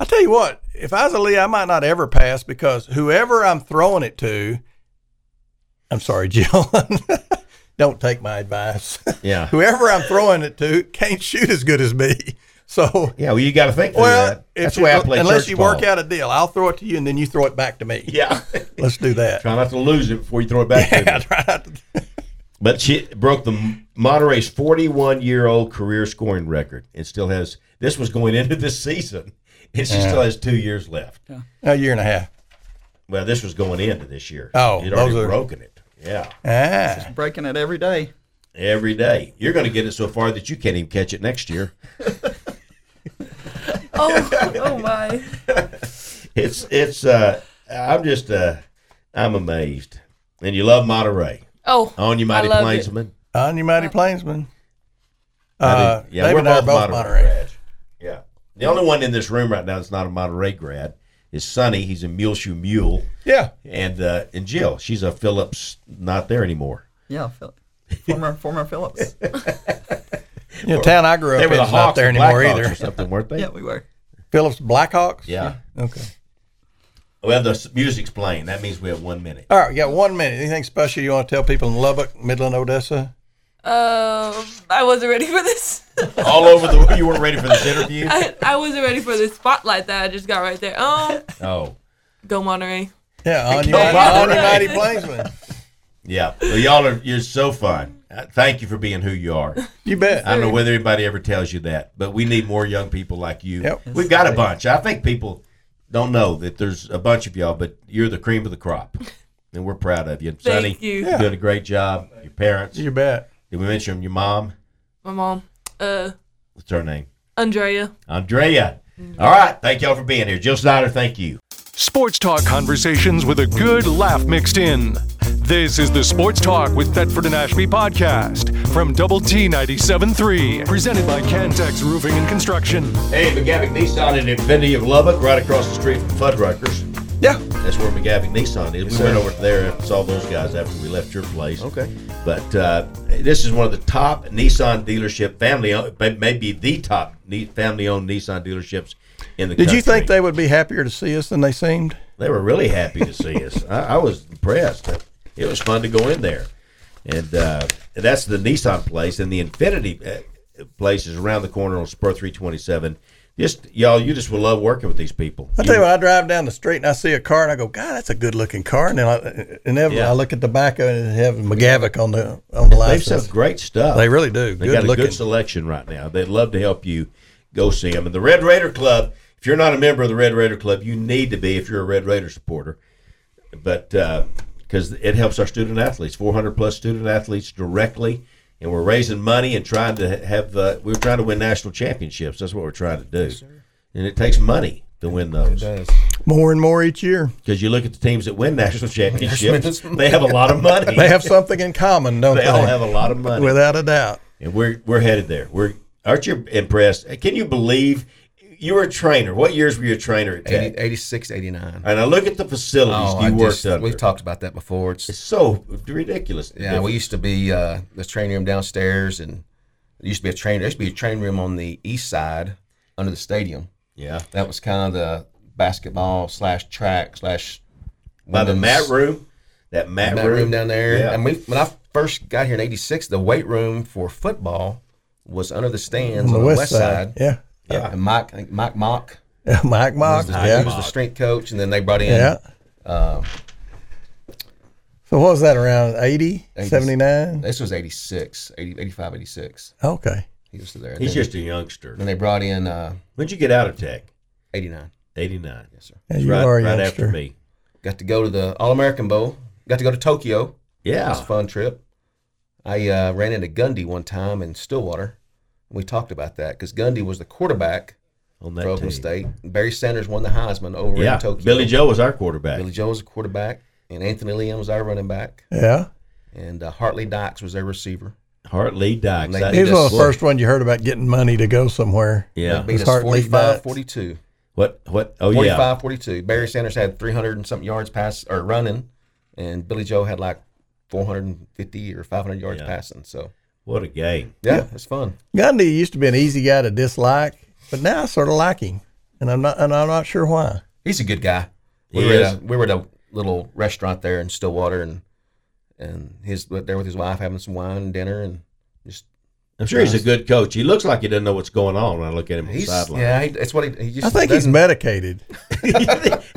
Speaker 5: I tell you what, if I was a Lee, I might not ever pass because whoever I'm throwing it to, I'm sorry, Jill, don't take my advice.
Speaker 3: Yeah.
Speaker 5: whoever I'm throwing it to can't shoot as good as me. So
Speaker 3: Yeah, well, you got to think through
Speaker 5: well,
Speaker 3: that.
Speaker 5: if
Speaker 3: That's the
Speaker 5: you-
Speaker 3: way I play
Speaker 5: unless
Speaker 3: church
Speaker 5: you
Speaker 3: ball.
Speaker 5: work out a deal, I'll throw it to you and then you throw it back to me.
Speaker 3: Yeah.
Speaker 5: Let's do that.
Speaker 3: Try not to lose it before you throw it back to me.
Speaker 5: I try not to-
Speaker 3: But she broke the Monterey's 41 year old career scoring record and still has, this was going into this season, and she still has two years left.
Speaker 5: a year and a half.
Speaker 3: Well, this was going into this year.
Speaker 5: Oh,
Speaker 3: She'd already
Speaker 5: those are-
Speaker 3: broken it. Yeah.
Speaker 5: Ah,
Speaker 6: breaking it every day.
Speaker 3: Every day. You're going to get it so far that you can't even catch it next year.
Speaker 4: Oh, oh my.
Speaker 3: It's, it's, uh, I'm just, uh, I'm amazed. And you love Monterey.
Speaker 4: Oh.
Speaker 3: On your mighty
Speaker 4: I love
Speaker 3: plainsman.
Speaker 5: on your Ah, mighty plainsman.
Speaker 3: I
Speaker 5: Uh,
Speaker 3: did-
Speaker 5: David and I are both Monterey.
Speaker 3: grads. Yeah. The only one in this room right now that's not a Monterey grad is Sonny. He's a Muleshoe Mule.
Speaker 5: Yeah,
Speaker 3: And uh, and Jill, she's a Phillips, not there anymore.
Speaker 6: Yeah, Phil- former former Phillips.
Speaker 5: you know, town I grew up
Speaker 3: They
Speaker 5: in
Speaker 3: were the
Speaker 5: is not
Speaker 3: Hawks
Speaker 5: there
Speaker 3: or
Speaker 5: anymore
Speaker 3: Blackhawks
Speaker 5: either.
Speaker 3: or something, weren't they?
Speaker 6: Yeah, we were.
Speaker 5: Phillips Blackhawks.
Speaker 3: Yeah.
Speaker 5: Okay.
Speaker 3: Well, the s- music's playing. That means we have one minute.
Speaker 5: All right, we got one minute. Anything special you want to tell people in Lubbock, Midland, Odessa?
Speaker 4: Um, I wasn't ready for this.
Speaker 3: All over the. You weren't ready for this interview.
Speaker 4: I, I wasn't ready for this spotlight that I just got right there. Um,
Speaker 3: Oh,
Speaker 4: go Monterey.
Speaker 5: Yeah, on your,
Speaker 3: Go
Speaker 5: mighty,
Speaker 3: Monterey.
Speaker 5: on your mighty plainsman.
Speaker 3: yeah. Well, y'all are. You're so fun. Uh, Thank you for being who you are.
Speaker 5: You bet.
Speaker 3: I don't know whether anybody ever tells you that, but we need more young people like you.
Speaker 5: Yep.
Speaker 3: We've got a bunch. I think people don't know that there's a bunch of y'all, but you're the cream of the crop, and we're proud of you. And
Speaker 4: Thank
Speaker 3: Sonny,
Speaker 4: you.
Speaker 3: are doing a great job. Your parents.
Speaker 5: You bet.
Speaker 3: Did we mention your mom?
Speaker 4: My mom. Uh,
Speaker 3: What's her name?
Speaker 4: Andrea.
Speaker 3: Andrea. All right. Thank y'all for being here. Jill Snyder, thank you.
Speaker 1: Sports talk conversations with a good laugh mixed in. This is the Sports Talk with Thetford and Ashby podcast from Double T 97.3, presented by Cantex Roofing and Construction.
Speaker 3: Hey, McGavick Nissan and Infinity of Lubbock, right across the street from Fuddruckers.
Speaker 5: Yeah.
Speaker 3: That's where McGavick Nissan is. we went over there and saw those guys after we left your place.
Speaker 5: Okay.
Speaker 3: But uh, this is one of the top Nissan dealership, family owned, maybe the top family owned Nissan dealerships in the
Speaker 5: Did
Speaker 3: country.
Speaker 5: you think they would be happier to see us than they seemed?
Speaker 3: They were really happy to see us. I, I was impressed. It was fun to go in there, and uh, that's the Nissan place, and the Infinity uh, place is around the corner on Spur three twenty seven. Just y'all, you just will love working with these people.
Speaker 5: I tell you what, I drive down the street and I see a car and I go, God, that's a good looking car. And then I, uh, inevitably
Speaker 3: Yeah.
Speaker 5: I look at the back of it and it have McGavick on the on the
Speaker 3: They've some
Speaker 5: license.
Speaker 3: great stuff.
Speaker 5: They really do.
Speaker 3: They
Speaker 5: Good
Speaker 3: got a
Speaker 5: looking.
Speaker 3: good selection right now. They'd love to help you go see them. And the Red Raider Club. If you're not a member of the Red Raider Club, you need to be if you're a Red Raider supporter. But because it helps our student athletes, 400 plus student athletes directly, and we're raising money and trying to have. Uh, we're trying to win national championships. That's what we're trying to do. and it takes money to win those.
Speaker 5: More and more each year.
Speaker 3: Because you look at the teams that win national championships, they have a lot of money.
Speaker 5: They have something in common, don't they?
Speaker 3: They all have a lot of money.
Speaker 5: Without a doubt.
Speaker 3: and we're we're headed there. We're aren't you impressed? Can you believe you were a trainer? What years were you a trainer at Tech?
Speaker 9: 80, 86, 89.
Speaker 3: And I look at the facilities
Speaker 9: Oh,
Speaker 3: you
Speaker 9: I
Speaker 3: worked
Speaker 9: just-
Speaker 3: under.
Speaker 9: We've talked about that before. It's,
Speaker 3: It's so ridiculous.
Speaker 9: yeah, we used to be uh, the training room downstairs, and there used to be a train. There used to be a training room on the east side under the stadium.
Speaker 3: yeah.
Speaker 9: That was kind of the basketball slash track slash
Speaker 3: By the mat
Speaker 9: women's-
Speaker 3: room, that mat,
Speaker 9: mat room down there.
Speaker 3: Yeah.
Speaker 9: And we, when I first got here in '86, the weight room for football was under the stands
Speaker 5: On the west,
Speaker 9: side.
Speaker 5: side. Yeah.
Speaker 9: Yeah, and Mike, I think Mike Mock,
Speaker 5: yeah. Mike
Speaker 9: was
Speaker 5: Mock.
Speaker 9: the, he was
Speaker 5: Yeah.
Speaker 9: the strength coach, and then they brought in uh,
Speaker 5: Yeah. So what was that around 80, 79?
Speaker 9: This was 86, 80, 85, 86.
Speaker 5: Okay.
Speaker 9: He was there. Then-
Speaker 3: He's just a youngster.
Speaker 9: then they brought in uh,
Speaker 3: When'd you get out of Tech?
Speaker 9: 89.
Speaker 3: Eighty nine.
Speaker 9: Yes, sir.
Speaker 5: Yeah, you
Speaker 3: right,
Speaker 5: are a
Speaker 3: right
Speaker 5: youngster.
Speaker 3: after me.
Speaker 9: Got to go to the All American Bowl. Got to go to Tokyo. It was a
Speaker 3: Yeah.
Speaker 9: fun trip. I uh, ran into Gundy one time in Stillwater. We talked about that because Gundy was the quarterback
Speaker 3: On
Speaker 9: for
Speaker 3: that
Speaker 9: Oklahoma
Speaker 3: team.
Speaker 9: State. Barry Sanders won the Heisman over
Speaker 3: Yeah.
Speaker 9: in Tokyo.
Speaker 3: Billy Joe was our quarterback.
Speaker 9: Billy Joe was the quarterback, and Anthony Liam was our running back,
Speaker 5: Yeah.
Speaker 9: and uh, Hartley Dykes was their receiver.
Speaker 3: Hartley Dykes.
Speaker 9: They-
Speaker 3: I-
Speaker 5: He was one of the
Speaker 9: Look.
Speaker 5: first ones you heard about getting money to go somewhere.
Speaker 9: They
Speaker 3: yeah.
Speaker 9: beat us
Speaker 5: Hartley
Speaker 9: 45
Speaker 5: Dykes.
Speaker 9: 42.
Speaker 3: What? What? Oh yeah.
Speaker 10: 45, 42. Barry Sanders had 300 and something yards pass or running, and Billy Joe had like 450 or 500 yards
Speaker 3: Yeah.
Speaker 10: passing. So,
Speaker 3: What a game.
Speaker 10: yeah, it's fun.
Speaker 5: Gundy used to be an easy guy to dislike, but now I sort of like him, and I'm not and I'm not sure why.
Speaker 10: He's a good guy. We,
Speaker 3: He
Speaker 10: were
Speaker 3: is.
Speaker 10: at a, we were at a little restaurant there in Stillwater, and and his there with his wife having some wine and dinner, and just
Speaker 3: I'm sure he's a good coach. He looks like he doesn't know what's going on when I look at him on the
Speaker 10: he's
Speaker 3: sideline.
Speaker 10: yeah, he, that's what he, he just
Speaker 5: I think he's
Speaker 10: doesn't-
Speaker 5: medicated.
Speaker 3: he,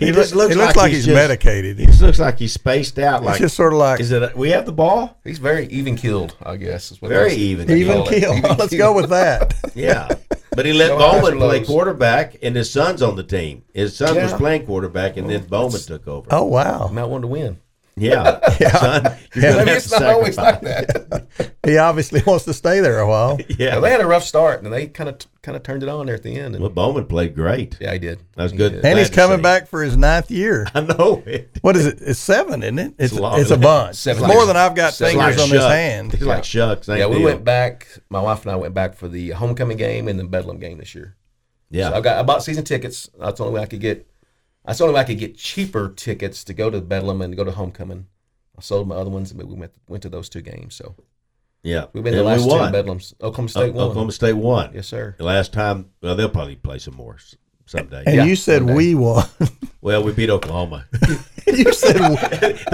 Speaker 5: He
Speaker 3: just
Speaker 5: loo-
Speaker 3: looks
Speaker 5: he looks
Speaker 3: like, he's, just,
Speaker 5: medicated.
Speaker 3: He just looks like he's spaced out. Like
Speaker 5: it's just sort of like
Speaker 3: is it? A, we have the ball.
Speaker 10: he's very even keeled, I guess. Is what
Speaker 3: Very
Speaker 10: it is.
Speaker 3: even.
Speaker 5: even
Speaker 10: call it.
Speaker 5: kill.
Speaker 10: Even
Speaker 5: Let's
Speaker 10: keel.
Speaker 5: go with that.
Speaker 3: Yeah. But he let
Speaker 10: No highs
Speaker 3: Bowman
Speaker 10: or
Speaker 3: play
Speaker 10: lows.
Speaker 3: quarterback, and his son's on the team. His son was
Speaker 10: Yeah.
Speaker 3: playing quarterback, and then Bowman took over.
Speaker 5: Oh wow,
Speaker 10: Not one to win.
Speaker 3: Yeah. Son, you're
Speaker 5: Yeah.
Speaker 3: going to
Speaker 10: Maybe
Speaker 3: have
Speaker 10: it's not always like
Speaker 3: sacrifice.
Speaker 10: that.
Speaker 5: he obviously wants to stay there a while.
Speaker 10: Now,
Speaker 3: Yeah.
Speaker 10: they had a rough start, and they kind of kind of turned it on there at the end. And,
Speaker 3: Well, Bowman played great.
Speaker 10: yeah, he did.
Speaker 3: That was
Speaker 10: He
Speaker 3: good.
Speaker 10: did.
Speaker 5: And he's
Speaker 3: Glad to
Speaker 5: coming
Speaker 3: see.
Speaker 5: back for his ninth year.
Speaker 3: I know it.
Speaker 5: What is it? It's seven, isn't it? It's,
Speaker 3: a lot.
Speaker 5: it's a bunch.
Speaker 10: Seven
Speaker 5: It's more
Speaker 10: years.
Speaker 5: than I've got
Speaker 10: Seven
Speaker 5: fingers
Speaker 10: years.
Speaker 5: on this
Speaker 3: shucks.
Speaker 5: hand.
Speaker 3: It's like shucks.
Speaker 10: Yeah, we went back. My wife and I went back for the homecoming game and the Bedlam game this year.
Speaker 3: Yeah.
Speaker 10: So I got I bought season tickets. That's the only way I could get. That's the only way I could get cheaper tickets to go to Bedlam and go to homecoming. I sold my other ones, but we went went to those two games. So
Speaker 3: yeah.
Speaker 10: we've been to
Speaker 3: And
Speaker 10: the last
Speaker 3: we
Speaker 10: two
Speaker 3: won.
Speaker 10: Bedlams. Oklahoma
Speaker 3: O-
Speaker 10: State won.
Speaker 3: Oklahoma State won.
Speaker 10: Yes, sir.
Speaker 3: The last time, well, they'll probably play some more s- someday.
Speaker 5: And
Speaker 10: Yeah,
Speaker 5: you said
Speaker 10: one day.
Speaker 5: we won.
Speaker 3: Well, we beat Oklahoma.
Speaker 5: you said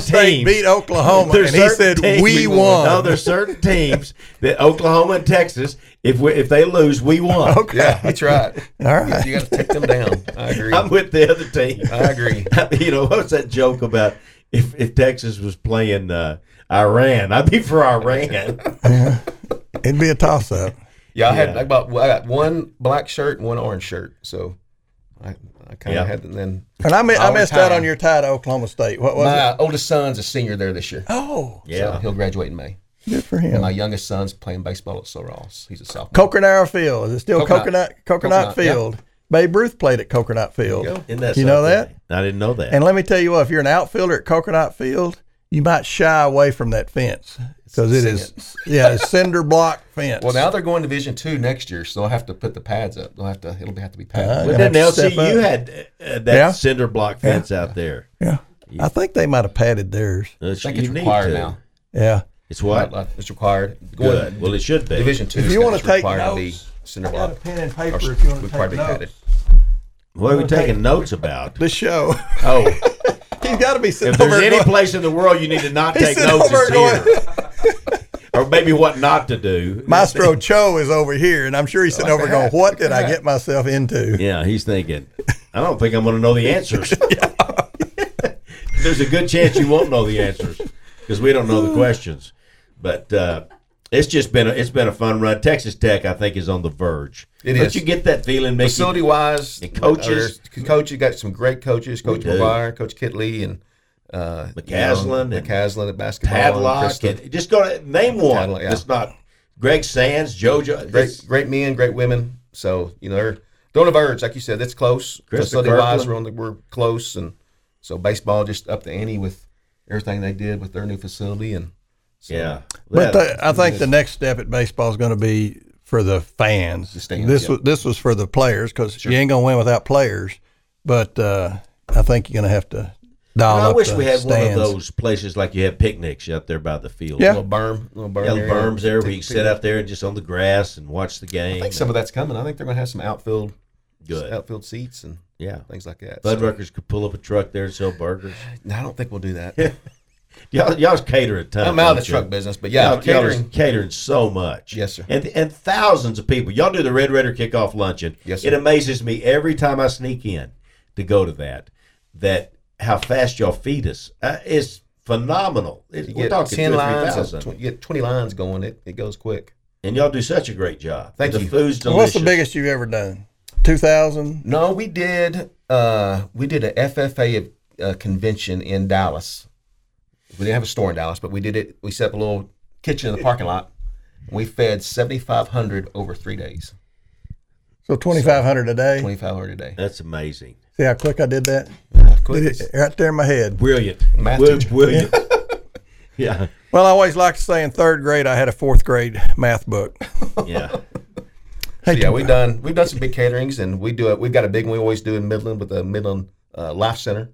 Speaker 3: certain
Speaker 5: State
Speaker 3: teams-
Speaker 5: beat Oklahoma,
Speaker 3: There's
Speaker 5: and he
Speaker 3: certain
Speaker 5: said
Speaker 3: teams-
Speaker 5: we won.
Speaker 3: No, there's certain teams that Oklahoma and Texas, if we, if they lose, we won.
Speaker 5: okay,
Speaker 10: Yeah, that's right.
Speaker 5: all right.
Speaker 10: You got to take them down. I agree.
Speaker 3: I'm
Speaker 10: i
Speaker 3: with the other team.
Speaker 5: Uh-huh.
Speaker 10: agree.
Speaker 3: you know what was that joke about if, if Texas was playing uh, Iran, I'd be for Iran.
Speaker 5: It'd be a toss up.
Speaker 10: Yeah, I had
Speaker 3: Yeah.
Speaker 10: I bought I got one black shirt and one orange shirt. So I, I kind
Speaker 3: Yeah.
Speaker 10: of had and then
Speaker 5: And I, mi- I
Speaker 10: Our
Speaker 5: missed out
Speaker 10: time.
Speaker 5: on your tie to Oklahoma State. What was it?
Speaker 10: my oldest son's a senior there this year.
Speaker 5: Oh,
Speaker 10: So
Speaker 3: Yeah,
Speaker 10: he'll graduate in May.
Speaker 5: good for
Speaker 10: My
Speaker 5: him.
Speaker 10: youngest son's playing baseball at So Ross. He's a sophomore.
Speaker 5: Coconut Field. Is it still Coconut
Speaker 10: Coconut.
Speaker 5: Coconut,
Speaker 10: Coconut, yeah.
Speaker 5: Field? Babe Ruth played at Coconut Field.
Speaker 10: go.
Speaker 3: Isn't that
Speaker 5: You know
Speaker 3: something? I didn't know that.
Speaker 5: And let me tell you what, if you're an outfielder at Coconut Field, you might shy away from that fence because it is, yeah, a cinder block fence.
Speaker 10: Well, now they're going to Division Two next year, so they'll have to put the pads up. They'll have to. It'll have to be
Speaker 5: Uh,
Speaker 10: padded.
Speaker 3: but
Speaker 5: gonna
Speaker 3: then
Speaker 5: have to step
Speaker 3: LCU
Speaker 5: up.
Speaker 3: had uh, that
Speaker 5: Yeah.
Speaker 3: cinder block fence out there.
Speaker 5: yeah, I think they might have padded theirs.
Speaker 3: Uh,
Speaker 10: I think
Speaker 3: you
Speaker 10: it's
Speaker 3: need
Speaker 10: required
Speaker 3: to.
Speaker 10: now.
Speaker 5: Yeah,
Speaker 3: It's what?
Speaker 10: Like, uh, It's required. Going to
Speaker 3: Good. Well, it should be.
Speaker 10: Division Two.
Speaker 5: If
Speaker 10: is
Speaker 5: you wanna
Speaker 10: it's
Speaker 5: take
Speaker 10: required to be
Speaker 5: notes,
Speaker 10: cinder
Speaker 5: got a
Speaker 10: block.
Speaker 5: pen and paper
Speaker 10: Or
Speaker 5: if you wanna
Speaker 10: required
Speaker 5: take
Speaker 10: to be
Speaker 5: notes.
Speaker 10: padded.
Speaker 3: What are we
Speaker 10: Oh,
Speaker 5: I'm gonna
Speaker 3: taking notes about?
Speaker 5: this show.
Speaker 3: Oh,
Speaker 5: He's got to be sitting
Speaker 3: if
Speaker 5: over.
Speaker 3: there's
Speaker 5: there
Speaker 3: any
Speaker 5: going-
Speaker 3: place in the world you need to not
Speaker 5: He's
Speaker 3: take
Speaker 5: sitting
Speaker 3: notes,
Speaker 5: over
Speaker 3: it's
Speaker 5: going-
Speaker 3: here. or maybe what not to do.
Speaker 5: Maestro Cho is over here, and I'm sure he's sitting over going, "What did I get myself into?"
Speaker 3: Yeah, he's thinking, I don't think I'm going to know the answers. There's a good chance you won't know the answers because we don't know the questions. But uh, it's just been a, it's been a fun run. Texas Tech, I think, is on the verge.
Speaker 10: It
Speaker 3: Don't
Speaker 10: is.
Speaker 3: you get that feeling, Mickey?
Speaker 10: Facility wise,
Speaker 3: And coaches.
Speaker 10: uh, coach, you got some great coaches. Coach
Speaker 3: do.
Speaker 10: McGuire, Coach Kitley, and uh,
Speaker 3: McCaslin and
Speaker 10: McCaslin at basketball, and
Speaker 3: Padlock.
Speaker 10: Kristen.
Speaker 3: And just go to, name one.
Speaker 10: Padlock, yeah.
Speaker 3: That's not Greg Sands, JoJo.
Speaker 10: great, great men, great women. So you know they're they're on the verge, like you said. That's close.
Speaker 3: Krista
Speaker 10: Facility wise,
Speaker 3: Kirkland.
Speaker 10: we're on the we're close, and so baseball just up the ante with everything they did with their new facility, and so,
Speaker 3: yeah.
Speaker 5: But
Speaker 3: That-
Speaker 5: the, I think the next step at baseball is going to be for the fans.
Speaker 10: stands,
Speaker 5: this
Speaker 10: yeah.
Speaker 5: was this was for the players because you ain't going to win without players. But uh, I think you're going to have to dial
Speaker 3: Well, I
Speaker 5: up
Speaker 3: wish
Speaker 5: the
Speaker 3: we had one of
Speaker 5: stands.
Speaker 3: those places like you have picnics out there by the field.
Speaker 5: Yeah.
Speaker 10: Little berm, little berm,
Speaker 3: Yeah, the
Speaker 10: area.
Speaker 3: berms there where you
Speaker 10: Take
Speaker 3: can
Speaker 10: a
Speaker 3: sit out there and just on the grass and watch the game.
Speaker 10: I think some of that's coming. I think they're going to have some outfield,
Speaker 3: Good.
Speaker 10: outfield seats and
Speaker 3: Yeah.
Speaker 10: things like that. So,
Speaker 3: Fuddruckers could pull up a truck there and sell burgers.
Speaker 10: no, I don't think we'll do that.
Speaker 3: Y'all, y'all's cater a ton.
Speaker 10: I'm out of the
Speaker 3: don't you?
Speaker 10: truck business, but yeah,
Speaker 3: y'all, catering.
Speaker 10: catering.
Speaker 3: catering so much.
Speaker 10: Yes, sir.
Speaker 3: And and thousands of people. Y'all do the Red Raider kickoff luncheon.
Speaker 10: Yes,
Speaker 3: It
Speaker 10: sir.
Speaker 3: amazes me every time I sneak in to go to that, that how fast y'all feed us. Uh, it's phenomenal. It,
Speaker 10: You
Speaker 3: we're
Speaker 10: get
Speaker 3: talking
Speaker 10: ten
Speaker 3: two or
Speaker 10: lines,
Speaker 3: 3,000.
Speaker 10: of tw- you get twenty lines going. It it goes quick.
Speaker 3: And y'all do such a great job.
Speaker 10: Thank
Speaker 3: the
Speaker 10: you.
Speaker 3: food's
Speaker 5: And
Speaker 3: delicious.
Speaker 5: What's the biggest you've ever done? Two thousand.
Speaker 10: No, we did. Uh, we did a FFA uh, convention in Dallas. We didn't have a store in Dallas, but we did it. We set up a little kitchen in the parking lot. We fed seventy five hundred over three days.
Speaker 5: So twenty five hundred a day.
Speaker 10: Twenty five hundred a day.
Speaker 3: That's amazing.
Speaker 5: See how quick I did that? Did
Speaker 10: Quick.
Speaker 5: it right there in my head.
Speaker 3: Brilliant.
Speaker 10: Math
Speaker 3: Wil-
Speaker 10: teacher.
Speaker 3: Brilliant. yeah.
Speaker 5: Well, I always like to say in third grade I had a fourth grade math book.
Speaker 3: Yeah.
Speaker 10: So, yeah, we've done we've done some big caterings, and we do it. We've got a big one we always do in Midland with the Midland uh, Life Center.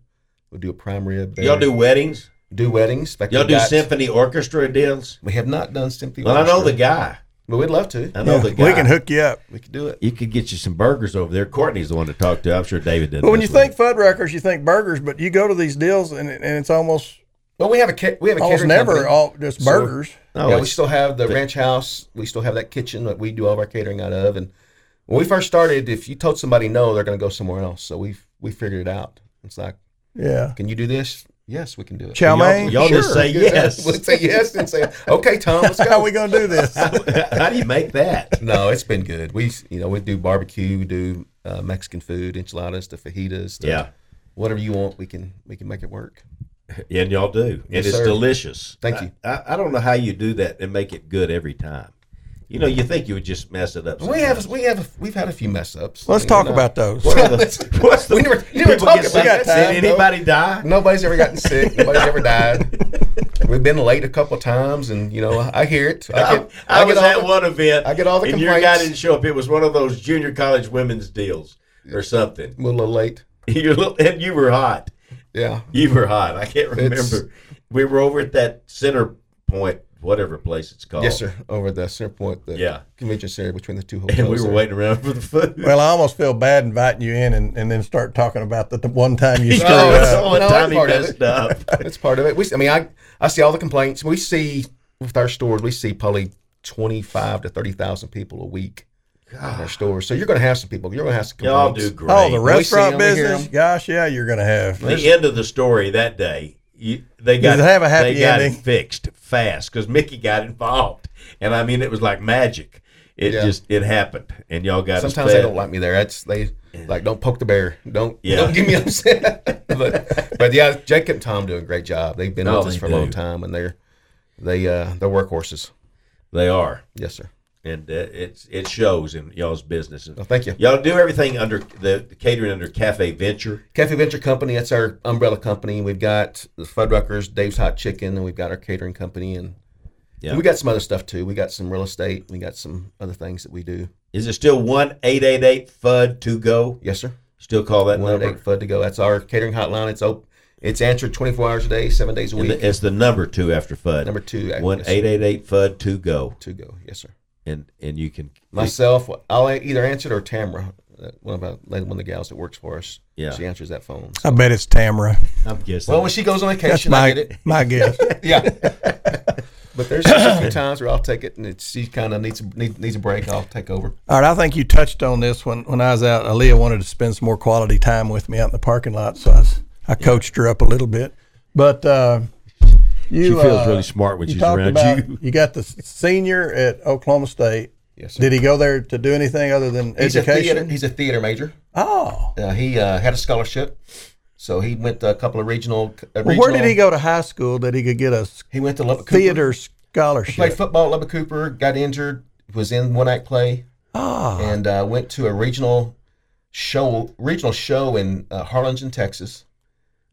Speaker 10: We do a prime rib. there.
Speaker 3: Y'all do weddings?
Speaker 10: do weddings. In fact,
Speaker 3: Y'all
Speaker 10: we've
Speaker 3: do
Speaker 10: got-
Speaker 3: symphony orchestra deals?
Speaker 10: We have not done symphony.
Speaker 3: Well, I know
Speaker 10: orchestra,
Speaker 3: the guy.
Speaker 10: but we'd love to.
Speaker 3: I know the guy.
Speaker 5: we can hook you up.
Speaker 10: We could do it.
Speaker 3: You could get you some burgers over there. Courtney's the one to talk to. I'm sure David did.
Speaker 5: But when you think Fuddruckers, you think burgers, but you go to these deals and, it- and it's almost
Speaker 10: Well, we have a ca- we have a
Speaker 5: almost
Speaker 10: catering
Speaker 5: never
Speaker 10: company.
Speaker 5: all just
Speaker 10: So-
Speaker 5: burgers.
Speaker 3: oh,
Speaker 10: yeah, we
Speaker 3: it's-
Speaker 10: still have the ranch house. We still have that kitchen that we do all of our catering out of. And when we first started, if you told somebody no, they're going to go somewhere else. So we we figured it out. It's like,
Speaker 5: yeah.
Speaker 10: can you do this? Yes, we can do it.
Speaker 5: Chow mein.
Speaker 3: y'all, y'all just say yes.
Speaker 10: We'll say yes and say, okay, Tom, let's
Speaker 5: How
Speaker 10: go.
Speaker 5: we gonna do this?
Speaker 3: How do you make that?
Speaker 10: no, it's been good. We you know we do barbecue, we do uh, Mexican food, enchiladas, the fajitas, the,
Speaker 3: Yeah.
Speaker 10: whatever you want, we can we can make it work.
Speaker 3: And y'all do. And
Speaker 10: Yes,
Speaker 3: it's
Speaker 10: sir.
Speaker 3: delicious.
Speaker 10: Thank
Speaker 3: I-
Speaker 10: you.
Speaker 3: I, I don't know how you do that and make it good every time. You know, you think you would just mess it up.
Speaker 10: We have we have we've had a few mess ups.
Speaker 5: Let's
Speaker 10: You
Speaker 5: talk
Speaker 10: know.
Speaker 5: about those.
Speaker 3: What are the, what's the,
Speaker 10: We never- you never
Speaker 3: people
Speaker 10: talk
Speaker 3: get
Speaker 10: about
Speaker 3: sick.
Speaker 10: that.
Speaker 3: Did
Speaker 10: No.
Speaker 3: anybody die?
Speaker 10: Nobody's ever gotten sick. Nobody's ever died. We've been late a couple of times, and you know I hear it. I
Speaker 3: I,
Speaker 10: get,
Speaker 3: I,
Speaker 10: get
Speaker 3: was
Speaker 10: all
Speaker 3: at
Speaker 10: the-
Speaker 3: one event.
Speaker 10: I get all the
Speaker 3: and your guy
Speaker 10: complaints.
Speaker 3: didn't show up. It was one of those junior college women's deals or something.
Speaker 10: I'm a little late.
Speaker 3: You're, a little- and you were hot.
Speaker 10: Yeah,
Speaker 3: You were hot. I can't remember.
Speaker 10: It's-
Speaker 3: we were over at that center point, whatever place it's called.
Speaker 10: yes, sir. Over the center point, the
Speaker 3: Yeah.
Speaker 10: convention center between the two hotels.
Speaker 3: And we were
Speaker 10: there.
Speaker 3: waiting around for the food.
Speaker 5: Well, I almost feel bad inviting you in and, and then start talking about the, the one time you
Speaker 3: He
Speaker 5: screwed
Speaker 3: screwed
Speaker 10: it's
Speaker 3: up.
Speaker 5: up.
Speaker 3: One
Speaker 10: no,
Speaker 3: time he
Speaker 10: part of
Speaker 3: messed
Speaker 10: it.
Speaker 3: up.
Speaker 10: That's part of it. We, I mean, I I see all the complaints. We see with our stores, we see probably twenty five to thirty thousand people a week in our stores. So you're going to have some people. You're going to have some
Speaker 3: Y'all
Speaker 10: complaints.
Speaker 3: do great.
Speaker 5: Oh, the
Speaker 10: We see 'em,
Speaker 5: restaurant
Speaker 10: we hear
Speaker 5: business.
Speaker 10: 'em.
Speaker 5: Gosh, yeah, you're gonna have.
Speaker 3: the end of the story that day, you, they got
Speaker 5: Does it have a happy
Speaker 3: they got
Speaker 5: ending?
Speaker 3: it fixed fast because Mickey got involved, and I mean it was like magic. It
Speaker 10: Yeah.
Speaker 3: just it happened, and y'all got us
Speaker 10: Sometimes they
Speaker 3: fed.
Speaker 10: don't like me there. That's they like don't poke the bear. Don't
Speaker 3: Yeah.
Speaker 10: don't give me upset. but but yeah, Jake and Tom do a great job. They've been
Speaker 3: Oh,
Speaker 10: with us
Speaker 3: they
Speaker 10: for a long
Speaker 3: do.
Speaker 10: time, and they're they uh they're workhorses.
Speaker 3: They are,
Speaker 10: Yes, sir.
Speaker 3: and uh, it's it shows in y'all's business.
Speaker 10: Well, thank you.
Speaker 3: Y'all do everything under the, the catering under Cafe Venture.
Speaker 10: Cafe Venture Company. That's our umbrella company. We've got the Fuddruckers, Dave's Hot Chicken, and we've got our catering company, and
Speaker 3: Yeah.
Speaker 10: we got some other stuff too. We got some real estate. We got some other things that we do.
Speaker 3: Is it still one eight eight eight FUD to go?
Speaker 10: Yes, sir.
Speaker 3: Still call that
Speaker 10: One
Speaker 3: number.
Speaker 10: eight Fudd to go. That's our catering hotline. It's open. It's answered twenty four hours a day, seven days a
Speaker 3: And
Speaker 10: week.
Speaker 3: the- it's the number two after FUD.
Speaker 10: Number two, yes,
Speaker 3: One
Speaker 10: sir.
Speaker 3: eight eight eight FUD to go,
Speaker 10: to go. Yes, sir.
Speaker 3: and and you can
Speaker 10: Myself, I'll either answer it or Tamara, uh, one of our, one of the gals that works for us.
Speaker 3: Yeah.
Speaker 10: she answers that phone.
Speaker 5: I bet it's Tamara.
Speaker 3: I'm guessing.
Speaker 10: Well, when she goes on
Speaker 5: That's
Speaker 10: vacation, I get
Speaker 5: my
Speaker 10: it.
Speaker 5: my guess.
Speaker 10: Yeah, but there's just a few times where I'll take it, and it's, she kind of needs need, needs a break. I'll take over.
Speaker 5: All right, I think you touched on this when when I was out. Aaliyah wanted to spend some more quality time with me out in the parking lot, so I, was, I coached her up a little bit. But uh, you
Speaker 3: She feels
Speaker 5: uh,
Speaker 3: really smart when
Speaker 5: you
Speaker 3: she's
Speaker 5: talked
Speaker 3: around
Speaker 5: about-
Speaker 3: you.
Speaker 5: You got the s- senior at Oklahoma State.
Speaker 10: Yes, sir.
Speaker 5: Did he go there to do anything other than
Speaker 10: He's a theater.
Speaker 5: education?
Speaker 10: He's a theater major.
Speaker 5: oh,
Speaker 10: Uh, he uh, had a scholarship, so he went to a couple of regional. Uh,
Speaker 5: well, where did
Speaker 10: regional-
Speaker 5: he go to high school that he could get a s-
Speaker 10: He went to Lubbock Cooper.
Speaker 5: theater
Speaker 10: Played
Speaker 5: scholarship?
Speaker 10: football at Lubbock Cooper. Got injured. Was in one act play.
Speaker 5: Ah,
Speaker 10: and uh, went to a regional show regional show in uh, Harlingen, Texas,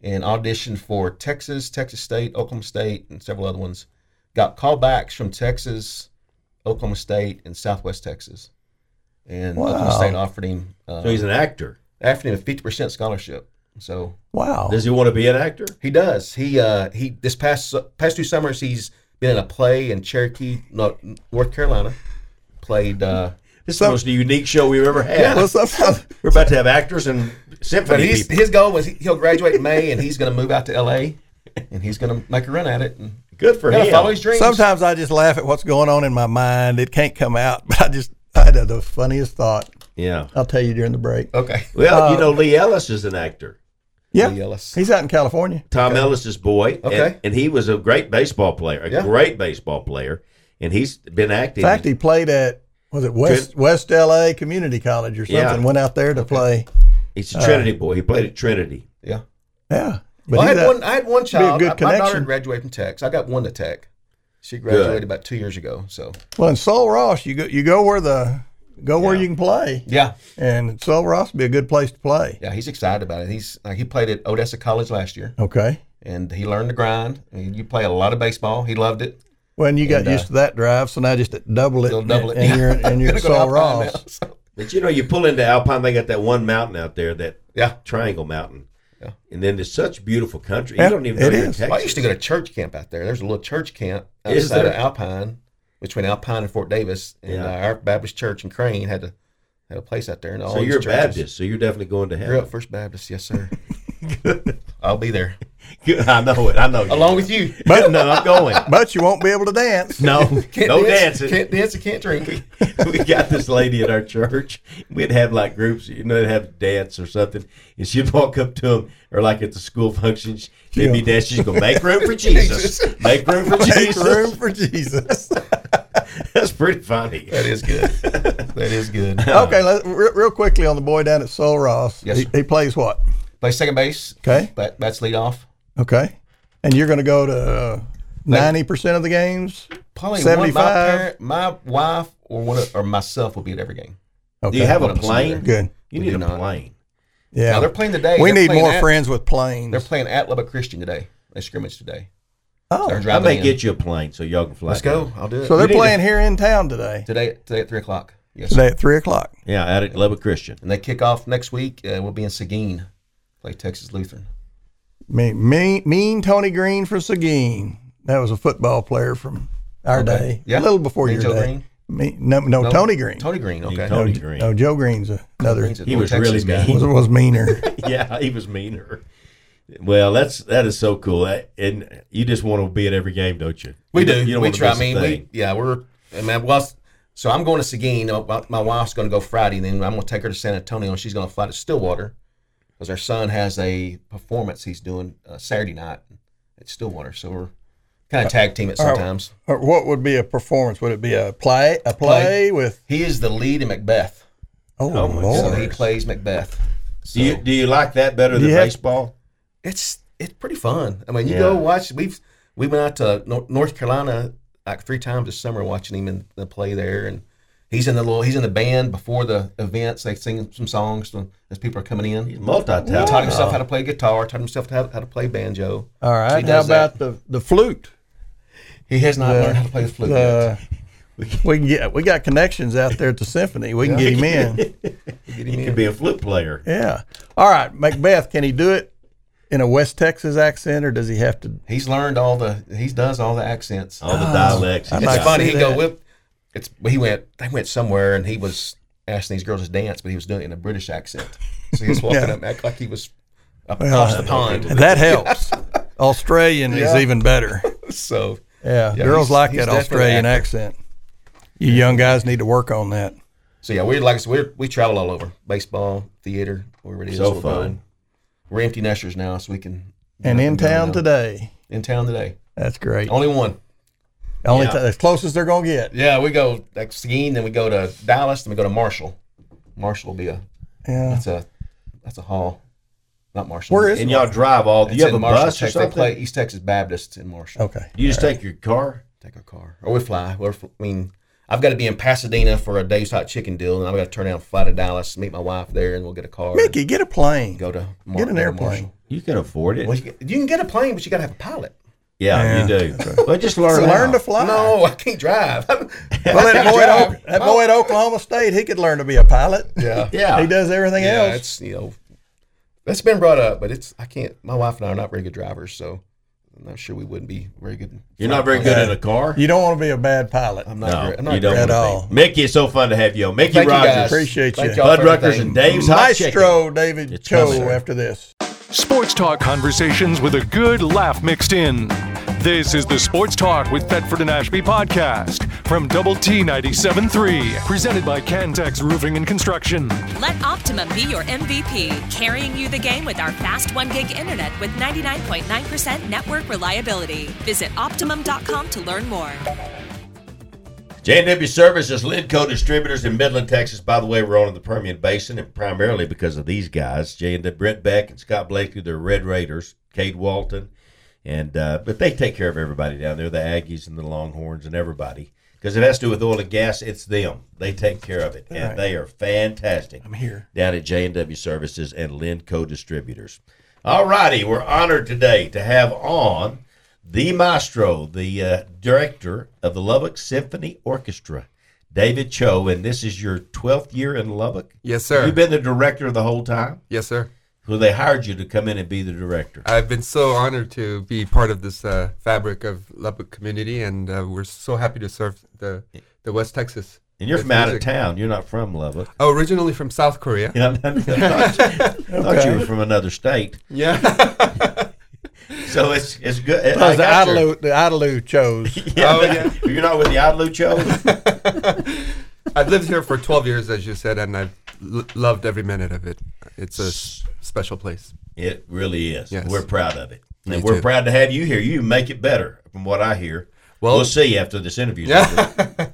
Speaker 10: and auditioned for Texas, Texas State, Oklahoma State, and several other ones. Got callbacks from Texas, Oklahoma State, and Southwest Texas, and Oklahoma
Speaker 5: Wow.
Speaker 10: State offered him uh,
Speaker 3: So he's an actor.
Speaker 10: offered him a fifty percent scholarship. So
Speaker 5: wow.
Speaker 10: Oh.
Speaker 3: Does he want to be an actor?
Speaker 10: he does. He uh, he this past past two summers he's been in a play in Cherokee, no, North Carolina. Played. Uh,
Speaker 3: This is the most unique show we've ever had.
Speaker 5: Well, sometimes
Speaker 3: We're about to have actors and
Speaker 10: But
Speaker 3: symphony
Speaker 10: he's,
Speaker 3: people.
Speaker 10: his goal was he- he'll graduate in May and he's going to move out to LA and he's going to make a run at it and
Speaker 3: Good for
Speaker 10: gotta
Speaker 3: him.
Speaker 10: follow his dreams.
Speaker 5: Sometimes I just laugh at what's going on in my mind. It can't come out, but I just I had the funniest thought.
Speaker 3: Yeah.
Speaker 5: I'll tell you during the break.
Speaker 10: Okay.
Speaker 3: Well, you know, Lee Ellis is an actor.
Speaker 5: Yeah,
Speaker 10: Lee Ellis.
Speaker 5: he's out in California.
Speaker 3: Tom Ellis's boy. and-
Speaker 10: Okay.
Speaker 3: And, he was a great baseball player, a
Speaker 10: Yeah.
Speaker 3: great baseball player. And he's been acting.
Speaker 5: In fact, he played at was it West West LA Community College or something.
Speaker 3: Yeah.
Speaker 5: Went out there to play.
Speaker 3: he's a
Speaker 10: Uh.
Speaker 3: Trinity boy. He played at Trinity.
Speaker 10: Yeah.
Speaker 5: Yeah, but
Speaker 10: Well, I
Speaker 5: he's
Speaker 10: had
Speaker 5: out-
Speaker 10: one. I had one
Speaker 5: a
Speaker 10: child.
Speaker 5: good
Speaker 10: I, my daughter
Speaker 5: connection.
Speaker 10: graduated from Tech. I got one to Tech. She graduated about two years ago. So
Speaker 5: well in Sol Ross, you go you go where the go where you can play,
Speaker 10: yeah,
Speaker 5: and Sol Ross would be a good place to play.
Speaker 10: yeah, he's excited about it. He's like he played at Odessa College last year
Speaker 5: Okay,
Speaker 10: and he learned to grind. And you play a lot of baseball. He loved it.
Speaker 5: Well, and you got
Speaker 10: And, uh,
Speaker 5: used to that drive, so now just double it,
Speaker 10: They'll double it.
Speaker 5: and you're and you're
Speaker 10: Gonna
Speaker 5: at
Speaker 10: go to
Speaker 5: Saul
Speaker 10: Alpine now,
Speaker 5: Ross.
Speaker 10: so-
Speaker 3: But you know, you pull into Alpine, they got that one mountain out there, that
Speaker 10: Yeah.
Speaker 3: Triangle Mountain.
Speaker 10: Yeah.
Speaker 3: And then there's such beautiful country.
Speaker 5: Yeah,
Speaker 3: you don't even know
Speaker 5: it
Speaker 3: you're in
Speaker 5: is.
Speaker 3: Texas.
Speaker 10: Well, I used to go to church camp out there. There's a little church camp
Speaker 3: Is
Speaker 10: outside of
Speaker 3: there?
Speaker 10: Alpine, between Alpine and Fort Davis, and
Speaker 3: Yeah.
Speaker 10: uh, our Baptist church in Crane had a had a place out there. And all
Speaker 3: So
Speaker 10: these
Speaker 3: you're a
Speaker 10: churches-
Speaker 3: Baptist, so you're definitely going to
Speaker 10: Grew
Speaker 3: heaven.
Speaker 10: up First Baptist, yes sir. I'll be there
Speaker 3: Good, I know it. I know you.
Speaker 10: along with you.
Speaker 3: But no, I'm going.
Speaker 5: But you won't be able to dance.
Speaker 3: No, no dancing.
Speaker 10: Can't dance and can't drink.
Speaker 3: we got this lady at our church. We'd have like groups, you know, they'd have dance or something, and she'd walk up to them, or like at the school functions, they'd be
Speaker 5: Yeah.
Speaker 3: dancing. She'd go, "Make room for Jesus! Make room for
Speaker 5: Make room
Speaker 3: Jesus!"
Speaker 5: for Jesus.
Speaker 3: That's pretty funny.
Speaker 10: That is good. that is good.
Speaker 5: okay, let, re- real quickly on the boy down at Sol Ross.
Speaker 10: Yes,
Speaker 5: he,
Speaker 10: sir.
Speaker 5: he plays what?
Speaker 10: Play second base.
Speaker 5: Okay.
Speaker 10: That, that's lead off.
Speaker 5: Okay, and you're going to go to ninety percent of the games.
Speaker 10: Probably One, my,
Speaker 5: 75.
Speaker 10: parent, my wife or one of, or myself will be at every game.
Speaker 5: Okay,
Speaker 3: Do you have a
Speaker 10: Put 'em
Speaker 3: plane?
Speaker 10: somewhere.
Speaker 5: good.
Speaker 3: You
Speaker 10: We
Speaker 3: need
Speaker 10: do
Speaker 3: a
Speaker 10: not.
Speaker 3: plane.
Speaker 5: Yeah,
Speaker 10: Now they're playing today.
Speaker 5: we
Speaker 10: They're
Speaker 5: need
Speaker 10: playing
Speaker 5: more
Speaker 10: at-
Speaker 5: friends with planes.
Speaker 10: They're playing at Lubbock Christian today. They scrimmage today. They're
Speaker 5: oh,
Speaker 3: I
Speaker 10: driving
Speaker 3: may
Speaker 10: in.
Speaker 3: get you a plane so y'all can fly.
Speaker 10: Let's
Speaker 3: down.
Speaker 10: go. I'll do it.
Speaker 5: so they're
Speaker 3: need to-
Speaker 5: playing here in town today.
Speaker 10: today today at three o'clock. Yes.
Speaker 5: Today at three o'clock.
Speaker 3: Yeah, out at Lubbock Christian.
Speaker 10: And they kick off next week. Uh, we'll be in Seguin, play Texas Lutheran.
Speaker 5: Me, me, mean Tony Green for Seguin. That was a football player from our
Speaker 10: Okay.
Speaker 5: day.
Speaker 10: Yeah.
Speaker 5: A little before
Speaker 10: Mean
Speaker 5: your
Speaker 10: Joe
Speaker 5: day.
Speaker 10: Green?
Speaker 5: Me, no, no, Oh, Tony Green.
Speaker 10: Tony Green. Okay.
Speaker 3: Tony
Speaker 5: No,
Speaker 3: Green.
Speaker 5: No, Joe Green's another.
Speaker 10: Green's a
Speaker 3: He was really
Speaker 10: Texas guy.
Speaker 3: mean.
Speaker 5: Was, was meaner.
Speaker 3: yeah, he was meaner. Well, that's that is so cool, I, and you just want to be at every game, don't you?
Speaker 10: We
Speaker 3: You
Speaker 10: do.
Speaker 3: don't- You don't
Speaker 10: we
Speaker 3: want to
Speaker 10: try.
Speaker 3: miss
Speaker 10: I mean,
Speaker 3: a
Speaker 10: we,
Speaker 3: thing.
Speaker 10: yeah, we're. I mean, well, so I'm going to Seguin. uh, My, my wife's going to go Friday. Then I'm going to take her to San Antonio, and she's going to fly to Stillwater because our son has a performance he's doing uh, Saturday night at Stillwater. So we're
Speaker 5: Uh,
Speaker 10: kind of tag team it sometimes.
Speaker 5: Or what would be a performance? Would it be a play? A play, with?
Speaker 10: He is the lead in Macbeth,
Speaker 5: Oh,
Speaker 3: Oh, my
Speaker 10: so he
Speaker 5: Lord!
Speaker 10: plays Macbeth. So
Speaker 3: Do you do you like that better than
Speaker 5: Do you have-
Speaker 3: baseball?
Speaker 10: it's it's pretty fun. I mean, you
Speaker 3: Yeah.
Speaker 10: go watch. We've we went out to Nor- North Carolina like three times this summer watching him in the play there, and he's in the little he's in the band before the events. They sing some songs when- as people are coming in.
Speaker 3: He's
Speaker 10: He taught
Speaker 3: multi-talented.
Speaker 10: himself how to play guitar. Taught himself how, how to play banjo.
Speaker 5: All right.
Speaker 10: He
Speaker 5: How
Speaker 10: does
Speaker 5: about
Speaker 10: that.
Speaker 5: the the flute?
Speaker 10: He has not learned how to play the flute
Speaker 5: The, we can get we got connections out there at the symphony. We can get him in.
Speaker 10: yet. Get him
Speaker 3: He
Speaker 10: in.
Speaker 3: could be a flute player.
Speaker 5: Yeah. All right, Macbeth. Can he do it in a West Texas accent, or does he have to?
Speaker 10: He's learned all the he does all the accents.
Speaker 3: All the dialects.
Speaker 5: I
Speaker 3: He's
Speaker 5: might
Speaker 10: It's
Speaker 3: got.
Speaker 5: fun.
Speaker 10: Ah, funny.
Speaker 5: see
Speaker 10: He go
Speaker 5: that.
Speaker 10: whip. It's he went. They went somewhere, and he was asking these girls to dance, but he was doing it in a British accent. So he was walking
Speaker 5: Yeah. uh,
Speaker 10: up, act like he was across the pond.
Speaker 5: That helps. Australian
Speaker 10: Yeah.
Speaker 5: is even better.
Speaker 10: So
Speaker 5: Yeah,
Speaker 10: Yeah,
Speaker 5: girls
Speaker 10: he's-
Speaker 5: like
Speaker 10: he's
Speaker 5: that
Speaker 10: definitely
Speaker 5: Australian
Speaker 10: active.
Speaker 5: accent. You young guys need to work on that.
Speaker 10: so yeah, we like I said, we we travel all over baseball, theater, wherever it is.
Speaker 3: So
Speaker 10: we're
Speaker 3: fun.
Speaker 10: going. We're empty nesters now, so we can.
Speaker 5: And in town today,
Speaker 10: In town today,
Speaker 5: that's great.
Speaker 10: only one.
Speaker 5: Only
Speaker 10: Oh, yeah.
Speaker 5: t- as close as they're gonna get.
Speaker 10: Yeah, we go like Seguin, then we go to Dallas, then we go to Marshall. Marshall will be a
Speaker 5: Yeah,
Speaker 10: that's a that's a hall, not Marshall.
Speaker 5: Where is
Speaker 3: And y'all drive all. Do
Speaker 10: It's
Speaker 3: you have
Speaker 10: in
Speaker 3: a
Speaker 10: Marshall,
Speaker 3: bus or
Speaker 10: Texas. They play
Speaker 3: something?
Speaker 10: East Texas Baptist in Marshall.
Speaker 5: okay.
Speaker 3: You just take your car.
Speaker 10: Take a car. Or we fly. We're, fl- I mean, I've got to be in Pasadena for a day's hot chicken deal, and I've got to turn around and fly to Dallas, meet my wife there, and we'll get a car. and
Speaker 5: Mickey, get a plane.
Speaker 10: Go to Mar-
Speaker 5: Get an
Speaker 10: go to
Speaker 5: airplane.
Speaker 10: Marshall.
Speaker 3: You can afford it.
Speaker 10: Well, you, can- you can get a plane, but you got to have a pilot.
Speaker 3: yeah, you do. But just learn.
Speaker 5: So learn
Speaker 3: how.
Speaker 5: to fly.
Speaker 10: No, I can't drive.
Speaker 5: Well, that boy, at,
Speaker 10: drive.
Speaker 5: O- that boy at Oklahoma State, he could learn to be a pilot.
Speaker 10: yeah.
Speaker 5: He
Speaker 3: Yeah.
Speaker 5: does everything
Speaker 10: Yeah,
Speaker 5: else.
Speaker 10: it's, you know, that's been brought up, but it's, I can't, my wife and I are not very good drivers, so I'm not sure we wouldn't be very good.
Speaker 3: You're not very good in a car.
Speaker 5: You don't want to be a bad pilot.
Speaker 10: I'm not,
Speaker 3: No,
Speaker 10: very, I'm not
Speaker 3: you don't
Speaker 10: very
Speaker 5: at
Speaker 10: good.
Speaker 5: all.
Speaker 3: Mickey, it's so fun to have you on. Mickey
Speaker 10: Thank you
Speaker 3: Rogers,
Speaker 10: guys.
Speaker 5: Appreciate
Speaker 10: Thank
Speaker 5: you.
Speaker 10: y'all
Speaker 3: Bud
Speaker 10: for
Speaker 3: Ruckers,
Speaker 10: everything.
Speaker 3: and Dave's Hot Chicken.
Speaker 5: Maestro David
Speaker 3: It's
Speaker 5: Cho
Speaker 3: coming.
Speaker 5: after this.
Speaker 1: Sports Talk conversations with a good laugh mixed in. This is the Sports Talk with Thetford and Ashby podcast from Double T 97.3, presented by Cantex Roofing and Construction.
Speaker 11: Let Optimum be your MVP, carrying you the game with our fast 1 gig internet with 99.9% network reliability. Visit optimum.com to learn more.
Speaker 3: J&W Services, Lidco Distributors in Midland, Texas. By the way, we're on in the Permian Basin, and primarily because of these guys, J&W, Brent Beck and Scott Blakely, they're Red Raiders, Cade Walton, and uh, but they take care of everybody down there, the Aggies and the Longhorns and everybody. Because it has to do with oil and gas, it's them. They take care of it, and they are fantastic. I'm
Speaker 5: here.
Speaker 3: down at J&W Services and Lindco Distributors. All righty, we're honored today to have on the maestro, the uh, director of the Lubbock Symphony Orchestra, David Cho, and this is your 12th year in Lubbock?
Speaker 10: Yes, sir.
Speaker 3: You've been the director the whole time?
Speaker 10: Yes, sir.
Speaker 3: Well, they hired you to come in and be the director.
Speaker 10: I've been so honored to be part of this uh, fabric of Lubbock community, and uh, we're so happy to serve the the West Texas.
Speaker 3: And you're
Speaker 10: with
Speaker 3: from out of
Speaker 10: music.
Speaker 3: town. You're not from Lubbock.
Speaker 10: Oh, originally from South Korea.
Speaker 3: Yeah, I thought, thought you were from another state.
Speaker 10: Yeah.
Speaker 3: so it's it's good.
Speaker 5: That was the Idaloo, the Idaloo chose.
Speaker 3: Yeah, oh, yeah. You're not with the Idaloo
Speaker 10: Cho? I've lived here for 12 years, as you said, and I've l- loved every minute of it. It's a s- special place.
Speaker 3: It really is.
Speaker 10: Yes.
Speaker 3: We're proud of it, and
Speaker 10: Me
Speaker 3: we're
Speaker 10: too.
Speaker 3: proud to have you here. You make it better, from what I hear.
Speaker 10: Well-
Speaker 3: we'll see after this interview.
Speaker 10: Yeah.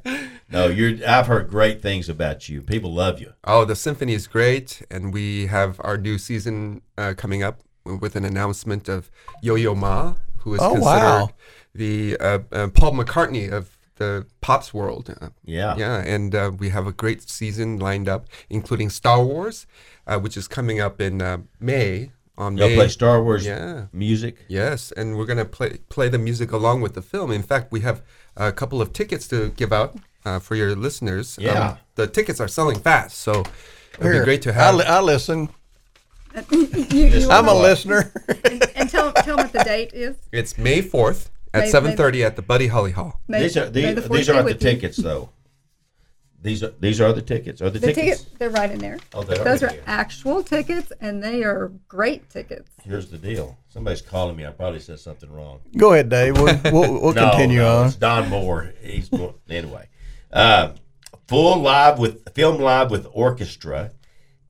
Speaker 3: no, you're. I've heard great things about you. People love you.
Speaker 10: Oh, the symphony is great, and we have our new season uh, coming up with an announcement of Yo-Yo Ma, who is
Speaker 5: Oh,
Speaker 10: considered
Speaker 5: wow.
Speaker 10: the uh, uh, Paul McCartney of the pops world. Uh,
Speaker 3: Yeah.
Speaker 10: yeah, and uh, we have a great season lined up, including Star Wars, uh, which is coming up in uh, May. On
Speaker 3: They'll
Speaker 10: May.
Speaker 3: play Star Wars
Speaker 10: Yeah.
Speaker 3: music.
Speaker 10: Yes, and we're gonna play play the music along with the film. In fact, we have a couple of tickets to give out uh, for your listeners. Um,
Speaker 5: Yeah.
Speaker 10: the tickets are selling fast, so it'd
Speaker 5: Here,
Speaker 10: be great to
Speaker 5: I,
Speaker 10: have.
Speaker 5: li- I listen.
Speaker 12: You, you
Speaker 5: I'm a
Speaker 12: want-
Speaker 5: listener.
Speaker 12: And tell, tell them what the date is.
Speaker 10: it's May fourth at
Speaker 12: May-
Speaker 10: seven thirty at the Buddy Holly Hall.
Speaker 12: May-
Speaker 3: these are
Speaker 12: May
Speaker 3: these,
Speaker 12: the fourth
Speaker 3: these
Speaker 12: be
Speaker 3: aren't the
Speaker 12: with you.
Speaker 3: tickets though. These are these are the tickets. Are the,
Speaker 12: The tickets,
Speaker 3: tickets?
Speaker 12: they're right in there.
Speaker 3: Oh, they are
Speaker 12: Those
Speaker 3: in
Speaker 12: are
Speaker 3: there.
Speaker 12: actual tickets, and they are great tickets.
Speaker 3: Here's the deal. Somebody's calling me. I probably said something wrong.
Speaker 5: Go ahead, Dave. We'll, we'll, we'll
Speaker 3: No,
Speaker 5: continue
Speaker 3: no,
Speaker 5: on.
Speaker 3: It's Don Moore. He's more, anyway. Uh, full live with film live with orchestra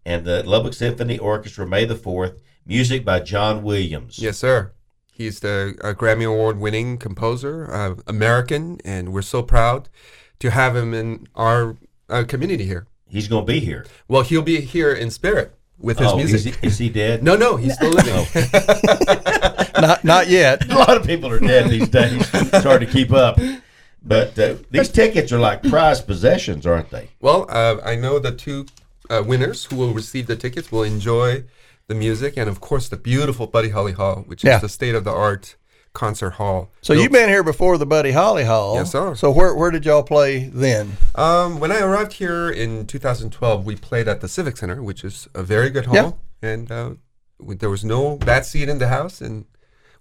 Speaker 3: and the Lubbock Symphony Orchestra May the fourth. Music by John Williams.
Speaker 10: Yes, sir. He's the uh, Grammy Award winning composer, uh, American, and we're so proud to have him in our uh, community here.
Speaker 3: He's going to be here.
Speaker 10: Well, he'll be here in spirit with his
Speaker 3: Oh, is
Speaker 10: music.
Speaker 3: he- Oh, is he dead?
Speaker 10: No, no, he's still living.
Speaker 5: not not yet.
Speaker 3: A lot of people are dead these days. It's hard to keep up. But uh, these tickets are like prized possessions, aren't they?
Speaker 10: Well, uh, I know the two uh, winners who will receive the tickets will enjoy the music and, of course, the beautiful Buddy Holly Hall, which
Speaker 5: Yeah.
Speaker 10: is the state of the art concert hall.
Speaker 5: So you've been here before the Buddy Holly Hall.
Speaker 10: Yes, sir.
Speaker 5: So where where did y'all play then?
Speaker 10: Um, when I arrived here in 2012, we played at the Civic Center, which is a very good hall,
Speaker 5: Yeah.
Speaker 10: and uh, we, there was no bad seat in the house, and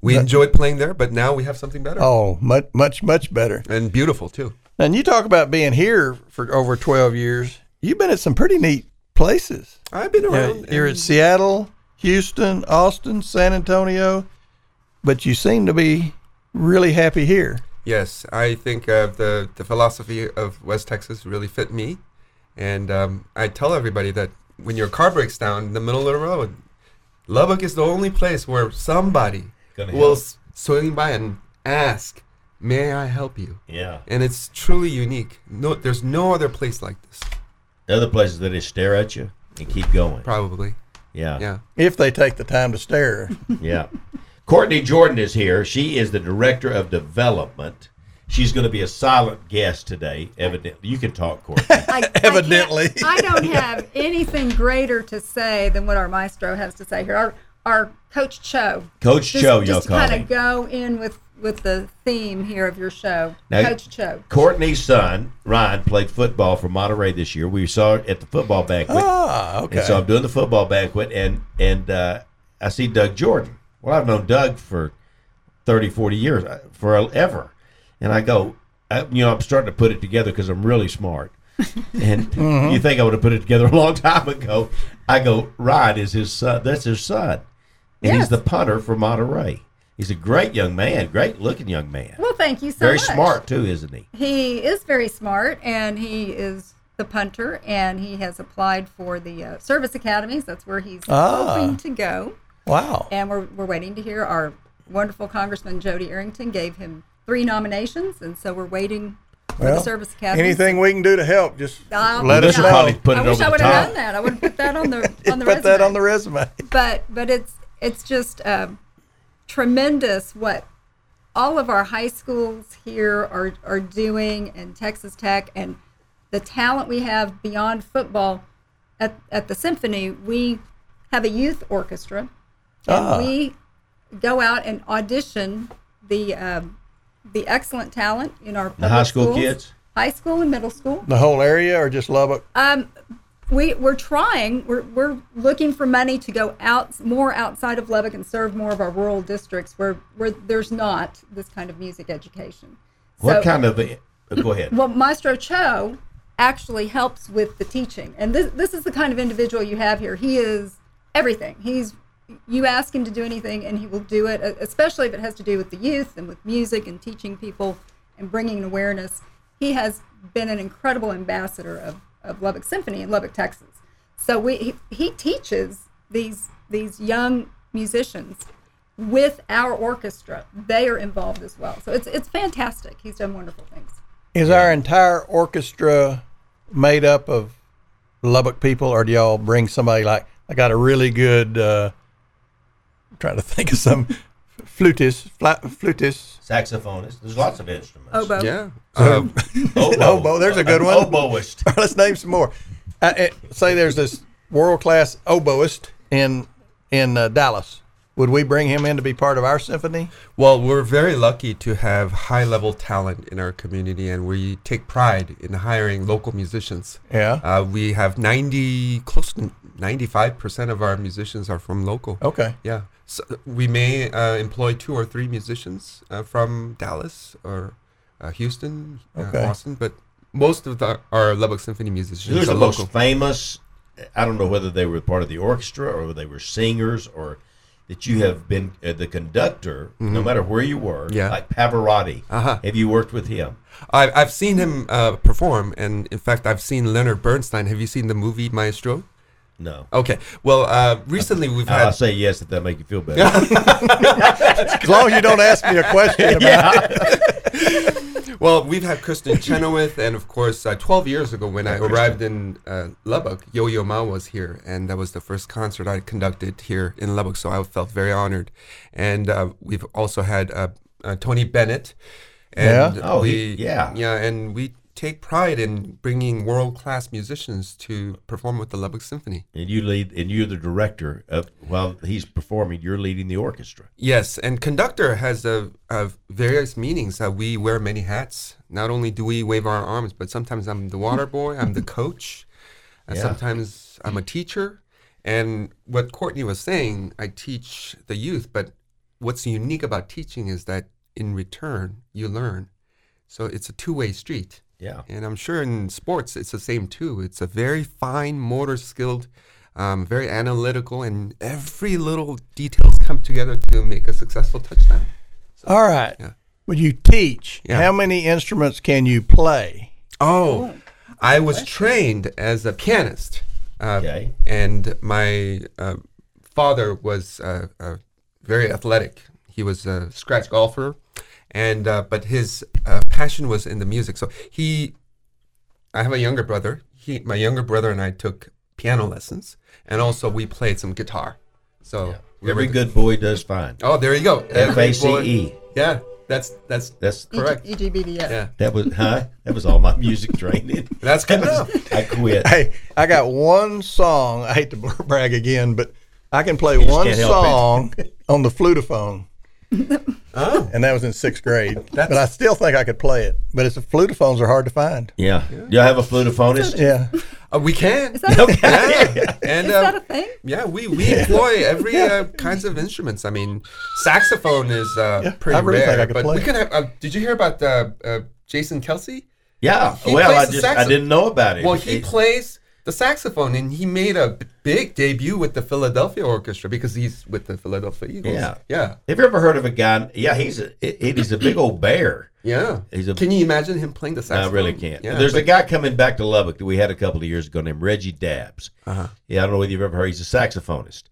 Speaker 10: we enjoyed playing there. But now we have something better.
Speaker 5: Oh, much much much better.
Speaker 10: and beautiful too.
Speaker 5: And you talk about being here for over 12 years. You've been at some pretty neat places.
Speaker 10: I've been
Speaker 5: You know,
Speaker 10: around.
Speaker 5: You're at Seattle, Houston, Austin, San Antonio, but you seem to be really happy here.
Speaker 10: Yes, I think uh, the the philosophy of West Texas really fit me, and um, I tell everybody that when your car breaks down in the middle of the road, Lubbock is the only place where somebody
Speaker 3: Gonna
Speaker 10: will
Speaker 3: help.
Speaker 10: s- swing by and ask, "May I help you?"
Speaker 3: Yeah.
Speaker 10: and it's truly unique. No, there's no other place like this.
Speaker 3: The other places that they stare at you and keep going.
Speaker 10: Probably.
Speaker 3: Yeah.
Speaker 10: Yeah.
Speaker 5: If they take the time to stare.
Speaker 3: Yeah. Courtney Jordan is here. She is the director of development. She's going to be a silent guest today. Evidently, you can talk, Courtney.
Speaker 12: I,
Speaker 5: Evidently.
Speaker 12: I don't have anything greater to say than what our maestro has to say here. Our our coach Cho.
Speaker 3: Coach
Speaker 12: just,
Speaker 3: Cho, y'all
Speaker 12: just
Speaker 3: call
Speaker 12: kind
Speaker 3: him.
Speaker 12: of go in with with the theme here of your show,
Speaker 3: Now,
Speaker 12: Coach Cho.
Speaker 3: Courtney's son Ryan played football for Monterey this year. We saw it at the football banquet.
Speaker 5: Ah, okay.
Speaker 3: And so I'm doing the football banquet, and and uh, I see Doug Jordan. Well, I've known Doug for 30, 40 years, uh, forever. And I go, I, you know, I'm starting to put it together because I'm really smart. And
Speaker 12: Mm-hmm.
Speaker 8: Mhm.
Speaker 3: you think I would have put it together a long time ago? I go, Ryan is his son. That's his son, and he's the punter for Monterey. He's a great young man, great looking young man.
Speaker 12: Well, thank you so
Speaker 3: Very
Speaker 12: much.
Speaker 3: smart too, isn't he?
Speaker 12: He is very smart, and he is the punter, and he has applied for the uh, service academies. That's where he's
Speaker 5: Ah.
Speaker 12: hoping to go.
Speaker 5: Wow.
Speaker 12: And we're, we're waiting to hear. Our wonderful Congressman Jody Arrington gave him three nominations, and so we're waiting for the service academy.
Speaker 5: anything we can do to help, just
Speaker 12: I'll-
Speaker 5: let
Speaker 3: Well,
Speaker 5: us
Speaker 3: this'll
Speaker 5: know.
Speaker 3: probably put
Speaker 12: I
Speaker 3: it
Speaker 12: wish I
Speaker 3: over the
Speaker 12: would have known
Speaker 3: top.
Speaker 12: that. I would have put that on the on the
Speaker 5: put that
Speaker 12: resume.
Speaker 5: on the resume.
Speaker 12: But but it's it's just um, tremendous what all of our high schools here are are doing, and Texas Tech, and the talent we have beyond football. At at the symphony, we have a youth orchestra, and
Speaker 5: Ah.
Speaker 12: we go out and audition the um, the excellent talent in our
Speaker 5: The high
Speaker 12: public
Speaker 5: school
Speaker 12: schools,
Speaker 5: kids?
Speaker 12: high school and middle school.
Speaker 5: The whole area or just Lubbock?
Speaker 12: Um, we we're trying. We're we're looking for money to go out more outside of Lubbock and serve more of our rural districts where where there's not this kind of music education.
Speaker 3: What
Speaker 12: So-
Speaker 3: kind of? a- Go ahead.
Speaker 12: well, Maestro Cho actually helps with the teaching, and this this is the kind of individual you have here. He is everything. He's you ask him to do anything, and he will do it. e- Especially if it has to do with the youth and with music and teaching people and bringing an awareness. He has been an incredible ambassador of, of Lubbock Symphony in Lubbock, Texas. So we he, he teaches these these young musicians with our orchestra. They are involved as well. So it's it's fantastic. He's done wonderful things.
Speaker 5: Is our entire orchestra made up of Lubbock people, or do y'all bring somebody like I got a really good? Uh, I'm trying to think of some flutist, fla- flutist,
Speaker 3: Saxophonist. There's lots of instruments.
Speaker 12: Oboe.
Speaker 10: Yeah.
Speaker 5: So-
Speaker 3: oboe.
Speaker 5: oboe. There's a good
Speaker 3: An
Speaker 5: one.
Speaker 3: oboist.
Speaker 5: Let's name some more. Uh, uh, say there's this world class oboist in in uh, Dallas. Would we bring him in to be part of our symphony?
Speaker 10: Well, we're very lucky to have high level talent in our community, and we take pride in hiring local musicians.
Speaker 5: Yeah.
Speaker 10: Uh, we have 90, close to 95% of our musicians are from local.
Speaker 5: Okay.
Speaker 10: Yeah. So we may uh, employ two or three musicians uh, from Dallas or uh, Houston,
Speaker 3: Okay.
Speaker 10: uh, Austin, but most of the, our Lubbock Symphony musicians
Speaker 3: Who's
Speaker 10: are
Speaker 3: the
Speaker 10: local.
Speaker 3: most famous? I don't know whether they were part of the orchestra or they were singers or that you have been uh, the conductor, no
Speaker 10: Mhm.
Speaker 3: matter where you were.
Speaker 10: Yeah.
Speaker 3: Like Pavarotti.
Speaker 10: Uh-huh.
Speaker 3: Have you worked with him?
Speaker 10: I, I've seen him uh, perform, and in fact, I've seen Leonard Bernstein. Have you seen the movie Maestro?
Speaker 3: No.
Speaker 10: Okay. Well, uh, recently we've
Speaker 3: I'll
Speaker 10: Oh, had.
Speaker 3: say yes if that make you feel better.
Speaker 5: As long as you don't ask me a question about
Speaker 10: well, we've had Kristen Chenoweth, and of course, uh, 12 years ago when I
Speaker 5: Kristen.
Speaker 10: arrived in uh, Lubbock, Yo Yo Ma was here, and that was the first concert I conducted here in Lubbock, so I felt very honored. And uh, we've also had uh, uh, Tony Bennett. And
Speaker 5: Yeah. Oh,
Speaker 10: we,
Speaker 5: he- yeah.
Speaker 10: Yeah, and we take pride in bringing world class musicians to perform with the Lubbock Symphony.
Speaker 3: and you lead, and you're the director. Of, while he's performing, you're leading the orchestra.
Speaker 10: Yes, and conductor has a, a various meanings. Uh, we wear many hats. Not only do we wave our arms, but sometimes I'm the water boy, I'm the coach, and
Speaker 3: Yeah.
Speaker 10: sometimes I'm a teacher. And what Courtney was saying, I teach the youth, but what's unique about teaching is that in return, you learn. So it's a two way street.
Speaker 3: Yeah.
Speaker 10: And I'm sure in sports, it's the same too. It's a very fine motor skilled, um, very analytical, and every little details come together to make a successful touchdown.
Speaker 5: All right. Would you teach?
Speaker 10: Yeah.
Speaker 5: How many instruments can you play?
Speaker 10: Oh, I was trained as a pianist. Uh,
Speaker 3: Okay.
Speaker 10: And my uh, father was uh, uh, very athletic. He was a scratch golfer, and uh, but his uh, passion was in the music. So he, I have a younger brother. He, my younger brother and I took piano lessons, and also we played some guitar. So we
Speaker 3: Every
Speaker 10: were-
Speaker 3: good boy does fine.
Speaker 10: Oh, there you go.
Speaker 3: F A C
Speaker 10: Every
Speaker 3: E.
Speaker 10: boy- Yeah, that's that's
Speaker 3: That's
Speaker 10: correct.
Speaker 12: EGBDF.
Speaker 10: Yeah.
Speaker 3: That was huh? That was all my music training.
Speaker 10: That's good
Speaker 3: That was- I quit.
Speaker 5: Hey, I got one song. I hate to brag again, but I can play
Speaker 3: You just
Speaker 5: one
Speaker 3: can't help it.
Speaker 5: song on the flutophone.
Speaker 10: Oh.
Speaker 5: And that was in sixth grade. but I still think I could play it. But it's the flutophones are hard to find.
Speaker 3: Yeah. Do y'all have a flutophonist?
Speaker 5: Yeah.
Speaker 10: Uh, we can. Yeah. And,
Speaker 12: Is
Speaker 10: uh,
Speaker 12: that a thing?
Speaker 10: Yeah, we, we employ every uh, kinds of instruments. I mean, saxophone is uh, pretty
Speaker 5: I really
Speaker 10: rare,
Speaker 5: think I could
Speaker 10: but
Speaker 5: play
Speaker 10: we
Speaker 5: it.
Speaker 10: can have. Uh, did you hear about uh, uh, Jason Kelsey?
Speaker 3: Yeah.
Speaker 10: He
Speaker 3: well,
Speaker 10: plays
Speaker 3: I
Speaker 10: the
Speaker 3: just I
Speaker 10: saxo-
Speaker 3: didn't know about it.
Speaker 10: Well, he
Speaker 3: It-
Speaker 10: plays the saxophone, and he made a b- big debut with the Philadelphia Orchestra because he's with the Philadelphia Eagles.
Speaker 3: Yeah.
Speaker 10: yeah,
Speaker 3: Have you ever heard of a guy? Yeah, he's a it, he's a big old bear.
Speaker 10: yeah.
Speaker 3: He's a
Speaker 10: Can you imagine him playing the
Speaker 3: I
Speaker 10: saxophone?
Speaker 3: really can't.
Speaker 10: Yeah,
Speaker 3: There's a
Speaker 10: but-
Speaker 3: guy coming back to Lubbock that we had a couple of years ago named Reggie Dabbs.
Speaker 10: Uh-huh.
Speaker 3: Yeah, I don't know whether you've ever heard. He's a saxophonist,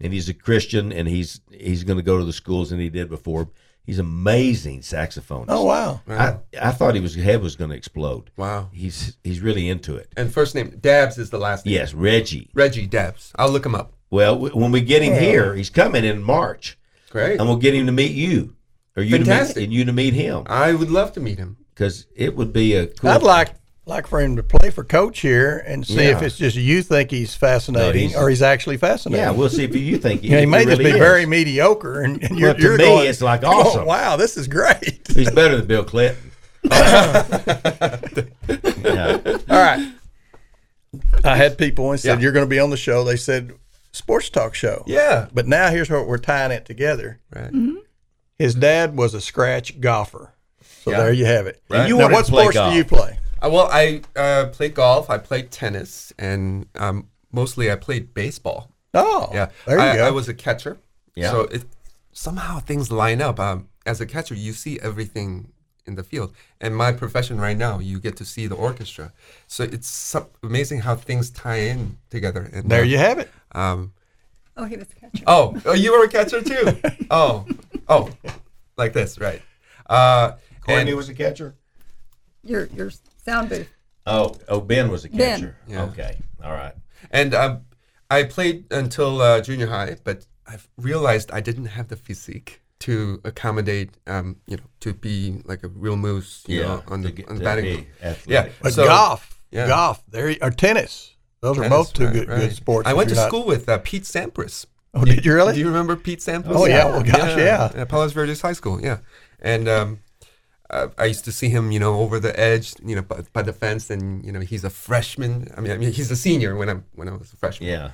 Speaker 3: and he's a Christian, and he's he's going to go to the schools, and he did before. He's amazing saxophonist.
Speaker 5: Oh, wow.
Speaker 10: Wow.
Speaker 3: I, I thought he was head was going to explode.
Speaker 10: Wow.
Speaker 3: He's he's really into it.
Speaker 10: And first name Dabs is the last name.
Speaker 3: Yes, Reggie.
Speaker 10: Reggie Dabs. I'll look him up.
Speaker 3: Well, w- when we get him
Speaker 10: Yeah.
Speaker 3: here, he's coming in March,
Speaker 10: Great.
Speaker 3: and we'll get him to meet you, or you to meet,
Speaker 10: Fantastic.
Speaker 3: and you to meet him,
Speaker 10: I would love to meet him.
Speaker 3: because it would be a cool.
Speaker 5: I'd like like for him to play for coach here and see if
Speaker 3: Yeah.
Speaker 5: it's just you think he's fascinating
Speaker 3: he's-
Speaker 5: or he's actually fascinating.
Speaker 3: Yeah, we'll see if you think he-
Speaker 5: Yeah, he
Speaker 3: if he
Speaker 5: may just
Speaker 3: really
Speaker 5: be
Speaker 3: is.
Speaker 5: very mediocre, and, and
Speaker 3: Well,
Speaker 5: you're,
Speaker 3: to
Speaker 5: you're
Speaker 3: me,
Speaker 5: going,
Speaker 3: it's like
Speaker 5: "Oh,
Speaker 3: awesome."
Speaker 5: wow, this is great.
Speaker 8: He's better than Bill Clinton.
Speaker 5: All right. I had people and said
Speaker 8: Yeah.
Speaker 5: you're going to be on the show. They said sports talk show.
Speaker 8: Yeah.
Speaker 5: But now here's what we're tying it together. Right. His dad was a scratch golfer. So
Speaker 10: Yeah.
Speaker 5: there you have it.
Speaker 10: Right.
Speaker 5: now, what sports do you play?
Speaker 10: Uh, well, I uh, play golf. I play tennis, and um, mostly I played baseball.
Speaker 5: Oh,
Speaker 10: yeah.
Speaker 5: there you
Speaker 10: I,
Speaker 5: go.
Speaker 10: I was a catcher.
Speaker 5: Yeah.
Speaker 10: So it, somehow things line up. Um, as a catcher, you see everything in the field, and my profession right now, you get to see the orchestra. So it's so amazing how things tie in together. And
Speaker 5: There you have it.
Speaker 10: Um,
Speaker 12: Oh, he was a catcher.
Speaker 10: Oh, oh, you were a catcher too. oh, oh, like this, right? Uh,
Speaker 3: Courtney was a catcher.
Speaker 12: Your your sound booth.
Speaker 3: Oh, oh, Ben was a
Speaker 12: Ben.
Speaker 3: catcher. Okay, all right.
Speaker 10: And um, I played until uh, junior high, but I've realized I didn't have the physique to accommodate, um, you know, to be like a real moose, you
Speaker 5: Yeah,
Speaker 10: know, on
Speaker 5: to
Speaker 10: the,
Speaker 5: get-
Speaker 10: on the
Speaker 5: to
Speaker 10: batting
Speaker 5: be
Speaker 10: field. Yeah,
Speaker 5: athletic. But golf, golf, there you- or tennis. Those are both two good- good sports
Speaker 10: I
Speaker 5: if
Speaker 10: went to
Speaker 5: you're not-
Speaker 10: school with uh, Pete Sampras.
Speaker 5: Oh, did you really?
Speaker 10: Do you remember Pete Sampras?
Speaker 5: Oh, yeah. Well, gosh, yeah.
Speaker 10: At Palos Verdes High School, yeah. And um, uh, I used to see him, you know, over the edge, you know, by, by the fence, and you know, he's a freshman. I mean, I mean, he's a senior when I'm when I was a freshman.
Speaker 3: Yeah.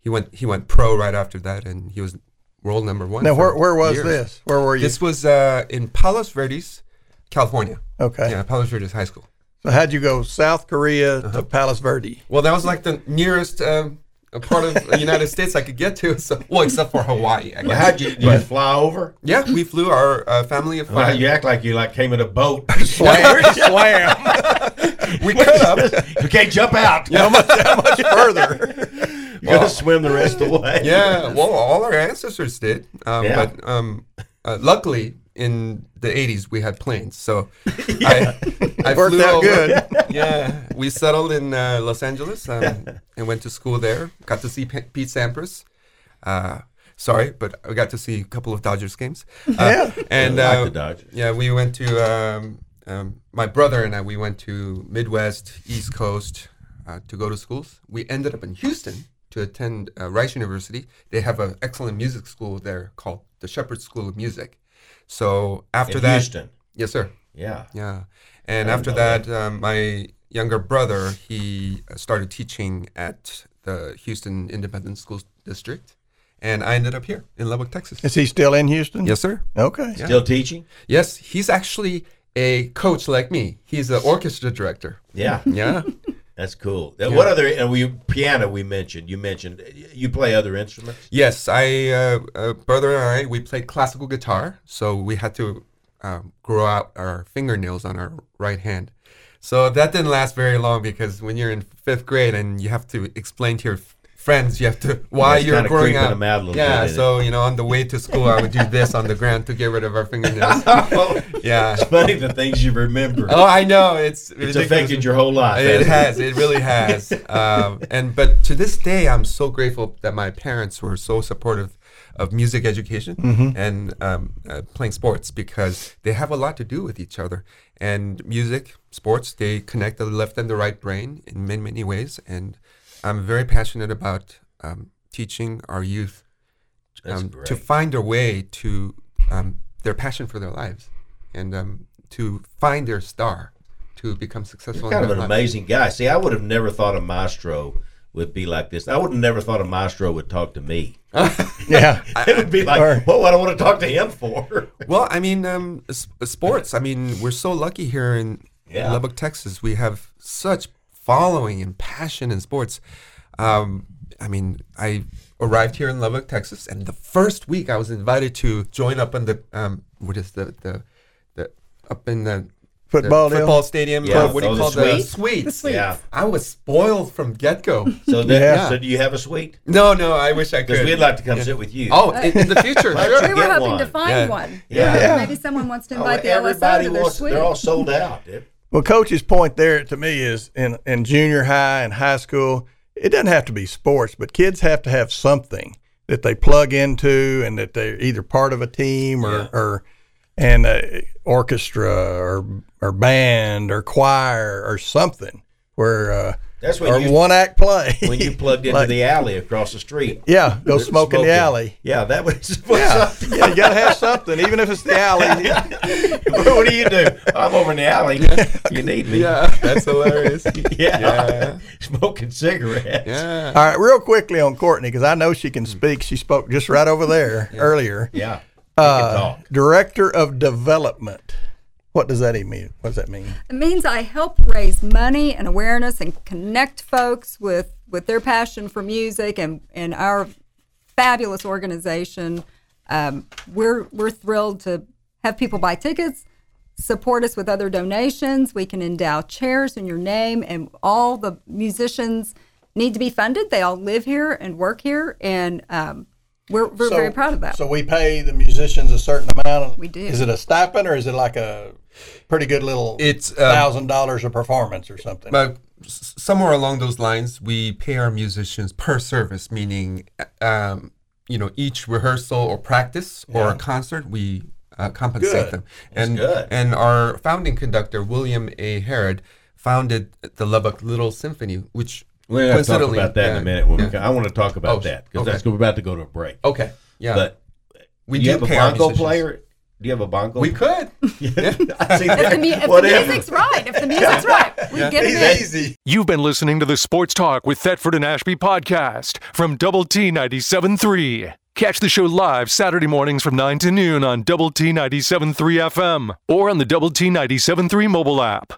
Speaker 10: He went he went pro right after that, and he was world number one.
Speaker 5: Now,
Speaker 10: for
Speaker 5: where- where was this? Where were you?
Speaker 10: This was uh, in Palos Verdes, California.
Speaker 5: Okay.
Speaker 10: Yeah, Uh-huh. Palos Verdes High School.
Speaker 5: So how'd you go South Korea to Palos Verde?
Speaker 10: Well, that was like the nearest um, a part of the United States I could get to. So, well, except for Hawaii. I guess.
Speaker 8: Well, how'd you- you fly over?
Speaker 10: Yeah, we flew our uh, family of
Speaker 8: Well,
Speaker 10: five.
Speaker 8: you act like you like came in a boat.
Speaker 10: Swam.
Speaker 8: we could have. You can't jump out.
Speaker 10: Yeah, how much- how much
Speaker 5: further?
Speaker 8: You're gonna swim the rest of the way.
Speaker 10: Yeah, well, all our ancestors did. Um,
Speaker 8: Yeah.
Speaker 10: But um, uh, luckily, in the 80s, we had planes. So I, I
Speaker 5: Worked
Speaker 10: flew
Speaker 5: out
Speaker 10: over.
Speaker 5: good.
Speaker 10: Yeah, we settled in uh, Los Angeles um, and went to school there. Got to see P- Pete Sampras. Uh, sorry, but I got to see a couple of Dodgers games. Uh,
Speaker 5: Yeah.
Speaker 10: And
Speaker 8: Yeah, I like
Speaker 10: uh,
Speaker 8: the Dodgers.
Speaker 10: yeah, we went to um, um, my brother and I. We went to Midwest, East Coast uh, to go to schools. We ended up in Houston to attend uh, Rice University. They have an excellent music school there called the Shepherd School of Music. So after
Speaker 8: In
Speaker 10: that,
Speaker 8: Houston?
Speaker 10: yes, sir.
Speaker 8: Yeah.
Speaker 10: yeah. And
Speaker 8: I
Speaker 10: after
Speaker 8: know that.
Speaker 10: that, um, my younger brother he uh, started teaching at the Houston Independent School District, and I ended up here in Lubbock, Texas.
Speaker 5: Is he still in Houston?
Speaker 10: Yes, sir.
Speaker 5: Okay.
Speaker 10: Yeah. Yes, he's actually a coach like me. He's an orchestra director.
Speaker 8: Yeah.
Speaker 10: Yeah.
Speaker 8: That's cool.
Speaker 10: Yeah.
Speaker 8: What other? And we piano. We mentioned. You mentioned. You play other instruments.
Speaker 10: yes, I, uh, uh, brother and I, we played classical guitar, so we had to um, grow out our fingernails on our right hand. So that didn't last very long because when you're in fifth grade and you have to explain to your f- friends, you have to why
Speaker 8: It's
Speaker 10: you're
Speaker 8: kinda
Speaker 10: growing
Speaker 8: creeping
Speaker 10: out.
Speaker 8: them out a little
Speaker 10: yeah,
Speaker 8: bit, isn't
Speaker 10: so you know, on the way to school, I would do this on the ground to get rid of our fingernails. yeah,
Speaker 8: It's funny the things you remember.
Speaker 10: Oh, I know. It's
Speaker 8: it's
Speaker 10: ridiculous.
Speaker 8: affected your whole life. hasn't
Speaker 10: It has. It really has. um, and but to this day, I'm so grateful that my parents were so supportive of music education
Speaker 8: Mm-hmm.
Speaker 5: Mhm.
Speaker 10: and um, uh, playing sports because they have a lot to do with each other. And music, sports, they connect the left and the right brain in many many ways. And I'm very passionate about um, teaching our youth
Speaker 8: That's
Speaker 10: um, to find a way to um, their passion for their lives and um, to find their star to become successful.
Speaker 8: You're
Speaker 10: in
Speaker 8: kind of
Speaker 10: their
Speaker 8: an
Speaker 10: life.
Speaker 8: amazing guy. See, I would have never thought a maestro would be like this. I would have never thought a maestro would talk to me.
Speaker 5: yeah,
Speaker 8: it would be like, well, what do I want to talk to him for?
Speaker 10: well, I mean, um, s- sports. I mean, we're so lucky here in
Speaker 8: Yeah.
Speaker 10: Lubbock, Texas. We have such following and passion in sports. Um, I mean, I arrived here in Lubbock, Texas, and the first week I was invited to join up in the um, what is the the, the up in the
Speaker 5: Football
Speaker 10: the
Speaker 5: deal?
Speaker 10: football stadium.
Speaker 5: Yeah.
Speaker 10: uh, what do
Speaker 5: Oh,
Speaker 10: you
Speaker 5: the
Speaker 10: call the
Speaker 5: suite?
Speaker 10: suites?
Speaker 5: The suites. Yeah.
Speaker 10: I was spoiled from get go.
Speaker 8: So, that, so do you have a suite?
Speaker 10: No, no, I wish I could.
Speaker 8: 'Cause we'd like to come
Speaker 10: Yeah.
Speaker 8: sit with you.
Speaker 10: Oh, in, in the future,
Speaker 8: Let's
Speaker 10: sure.
Speaker 12: We were
Speaker 8: get
Speaker 12: hoping
Speaker 8: one.
Speaker 12: to find
Speaker 10: Yeah.
Speaker 12: one.
Speaker 8: Yeah. Oh,
Speaker 5: Yeah.
Speaker 12: Maybe someone wants to
Speaker 5: Oh,
Speaker 12: invite the LSO
Speaker 8: Everybody
Speaker 12: to their
Speaker 8: wants.
Speaker 12: suite.
Speaker 8: They're all sold out. dude.
Speaker 5: Well, coach's point there to me is in, in junior high and high school, it doesn't have to be sports, but kids have to have something that they plug into and that they're either part of a team or, or and a orchestra or or band or choir or something where uh,
Speaker 3: That's when
Speaker 5: or
Speaker 3: you-
Speaker 5: one act play
Speaker 3: when you plugged into
Speaker 5: Like-
Speaker 3: the alley across the street.
Speaker 5: Yeah, go smoke in the alley.
Speaker 3: Yeah, that was.
Speaker 5: yeah, yeah, you gotta have something, even if it's the alley.
Speaker 3: what do you do? I'm over in the alley. You need me.
Speaker 5: Yeah, that's hilarious.
Speaker 3: yeah.
Speaker 5: Yeah.
Speaker 3: smoking cigarettes.
Speaker 5: All right, real quickly on Courtney because I know she can speak. She spoke just right over there earlier.
Speaker 3: Yeah.
Speaker 5: Uh, Director of Development. What does that mean? What does that mean?
Speaker 6: It means I help raise money and awareness and connect folks with, with their passion for music and, and our fabulous organization. Um, we're, we're thrilled to have people buy tickets, support us with other donations. We can endow chairs in your name, and all the musicians need to be funded. They all live here and work here, and um, we're, we're
Speaker 5: So-
Speaker 6: very proud of that.
Speaker 5: So we pay the musicians a certain amount.
Speaker 6: We do.
Speaker 5: Is it a stipend or is it like a pretty good little?
Speaker 10: It's, um,
Speaker 5: thousand dollars a performance or something.
Speaker 10: But s- somewhere along those lines, we pay our musicians per service, meaning, um, you know, each rehearsal or practice or
Speaker 5: Yeah.
Speaker 10: a concert, we uh, compensate
Speaker 5: Good.
Speaker 10: them.
Speaker 5: That's
Speaker 10: And
Speaker 5: good.
Speaker 10: and our founding conductor William A. Herod founded the Lubbock Little Symphony, which
Speaker 3: We're going to talk
Speaker 10: coincidentally-
Speaker 3: about that in a
Speaker 10: yeah,
Speaker 3: minute. When we
Speaker 10: yeah.
Speaker 3: come- I want to talk about
Speaker 10: Oh,
Speaker 3: that because
Speaker 10: okay.
Speaker 3: that's we're about to go to a break.
Speaker 10: Okay. Yeah.
Speaker 3: But we
Speaker 10: We
Speaker 3: do
Speaker 10: do
Speaker 3: you have a
Speaker 10: pay our
Speaker 3: bongo
Speaker 10: musicians.
Speaker 3: player? Do you have a bongo?
Speaker 10: We could.
Speaker 3: I see
Speaker 6: If the,
Speaker 3: there.
Speaker 6: mu- if the
Speaker 3: Whatever.
Speaker 6: music's right, if the music's right, we
Speaker 1: Yeah.
Speaker 6: give
Speaker 1: He's
Speaker 6: it.
Speaker 1: You've been listening to the Sports Talk with Thetford and Ashby podcast from Double T 97.3. Catch the show live Saturday mornings from 9 to noon on Double T 97.3 FM or on the Double T 97.3 mobile app.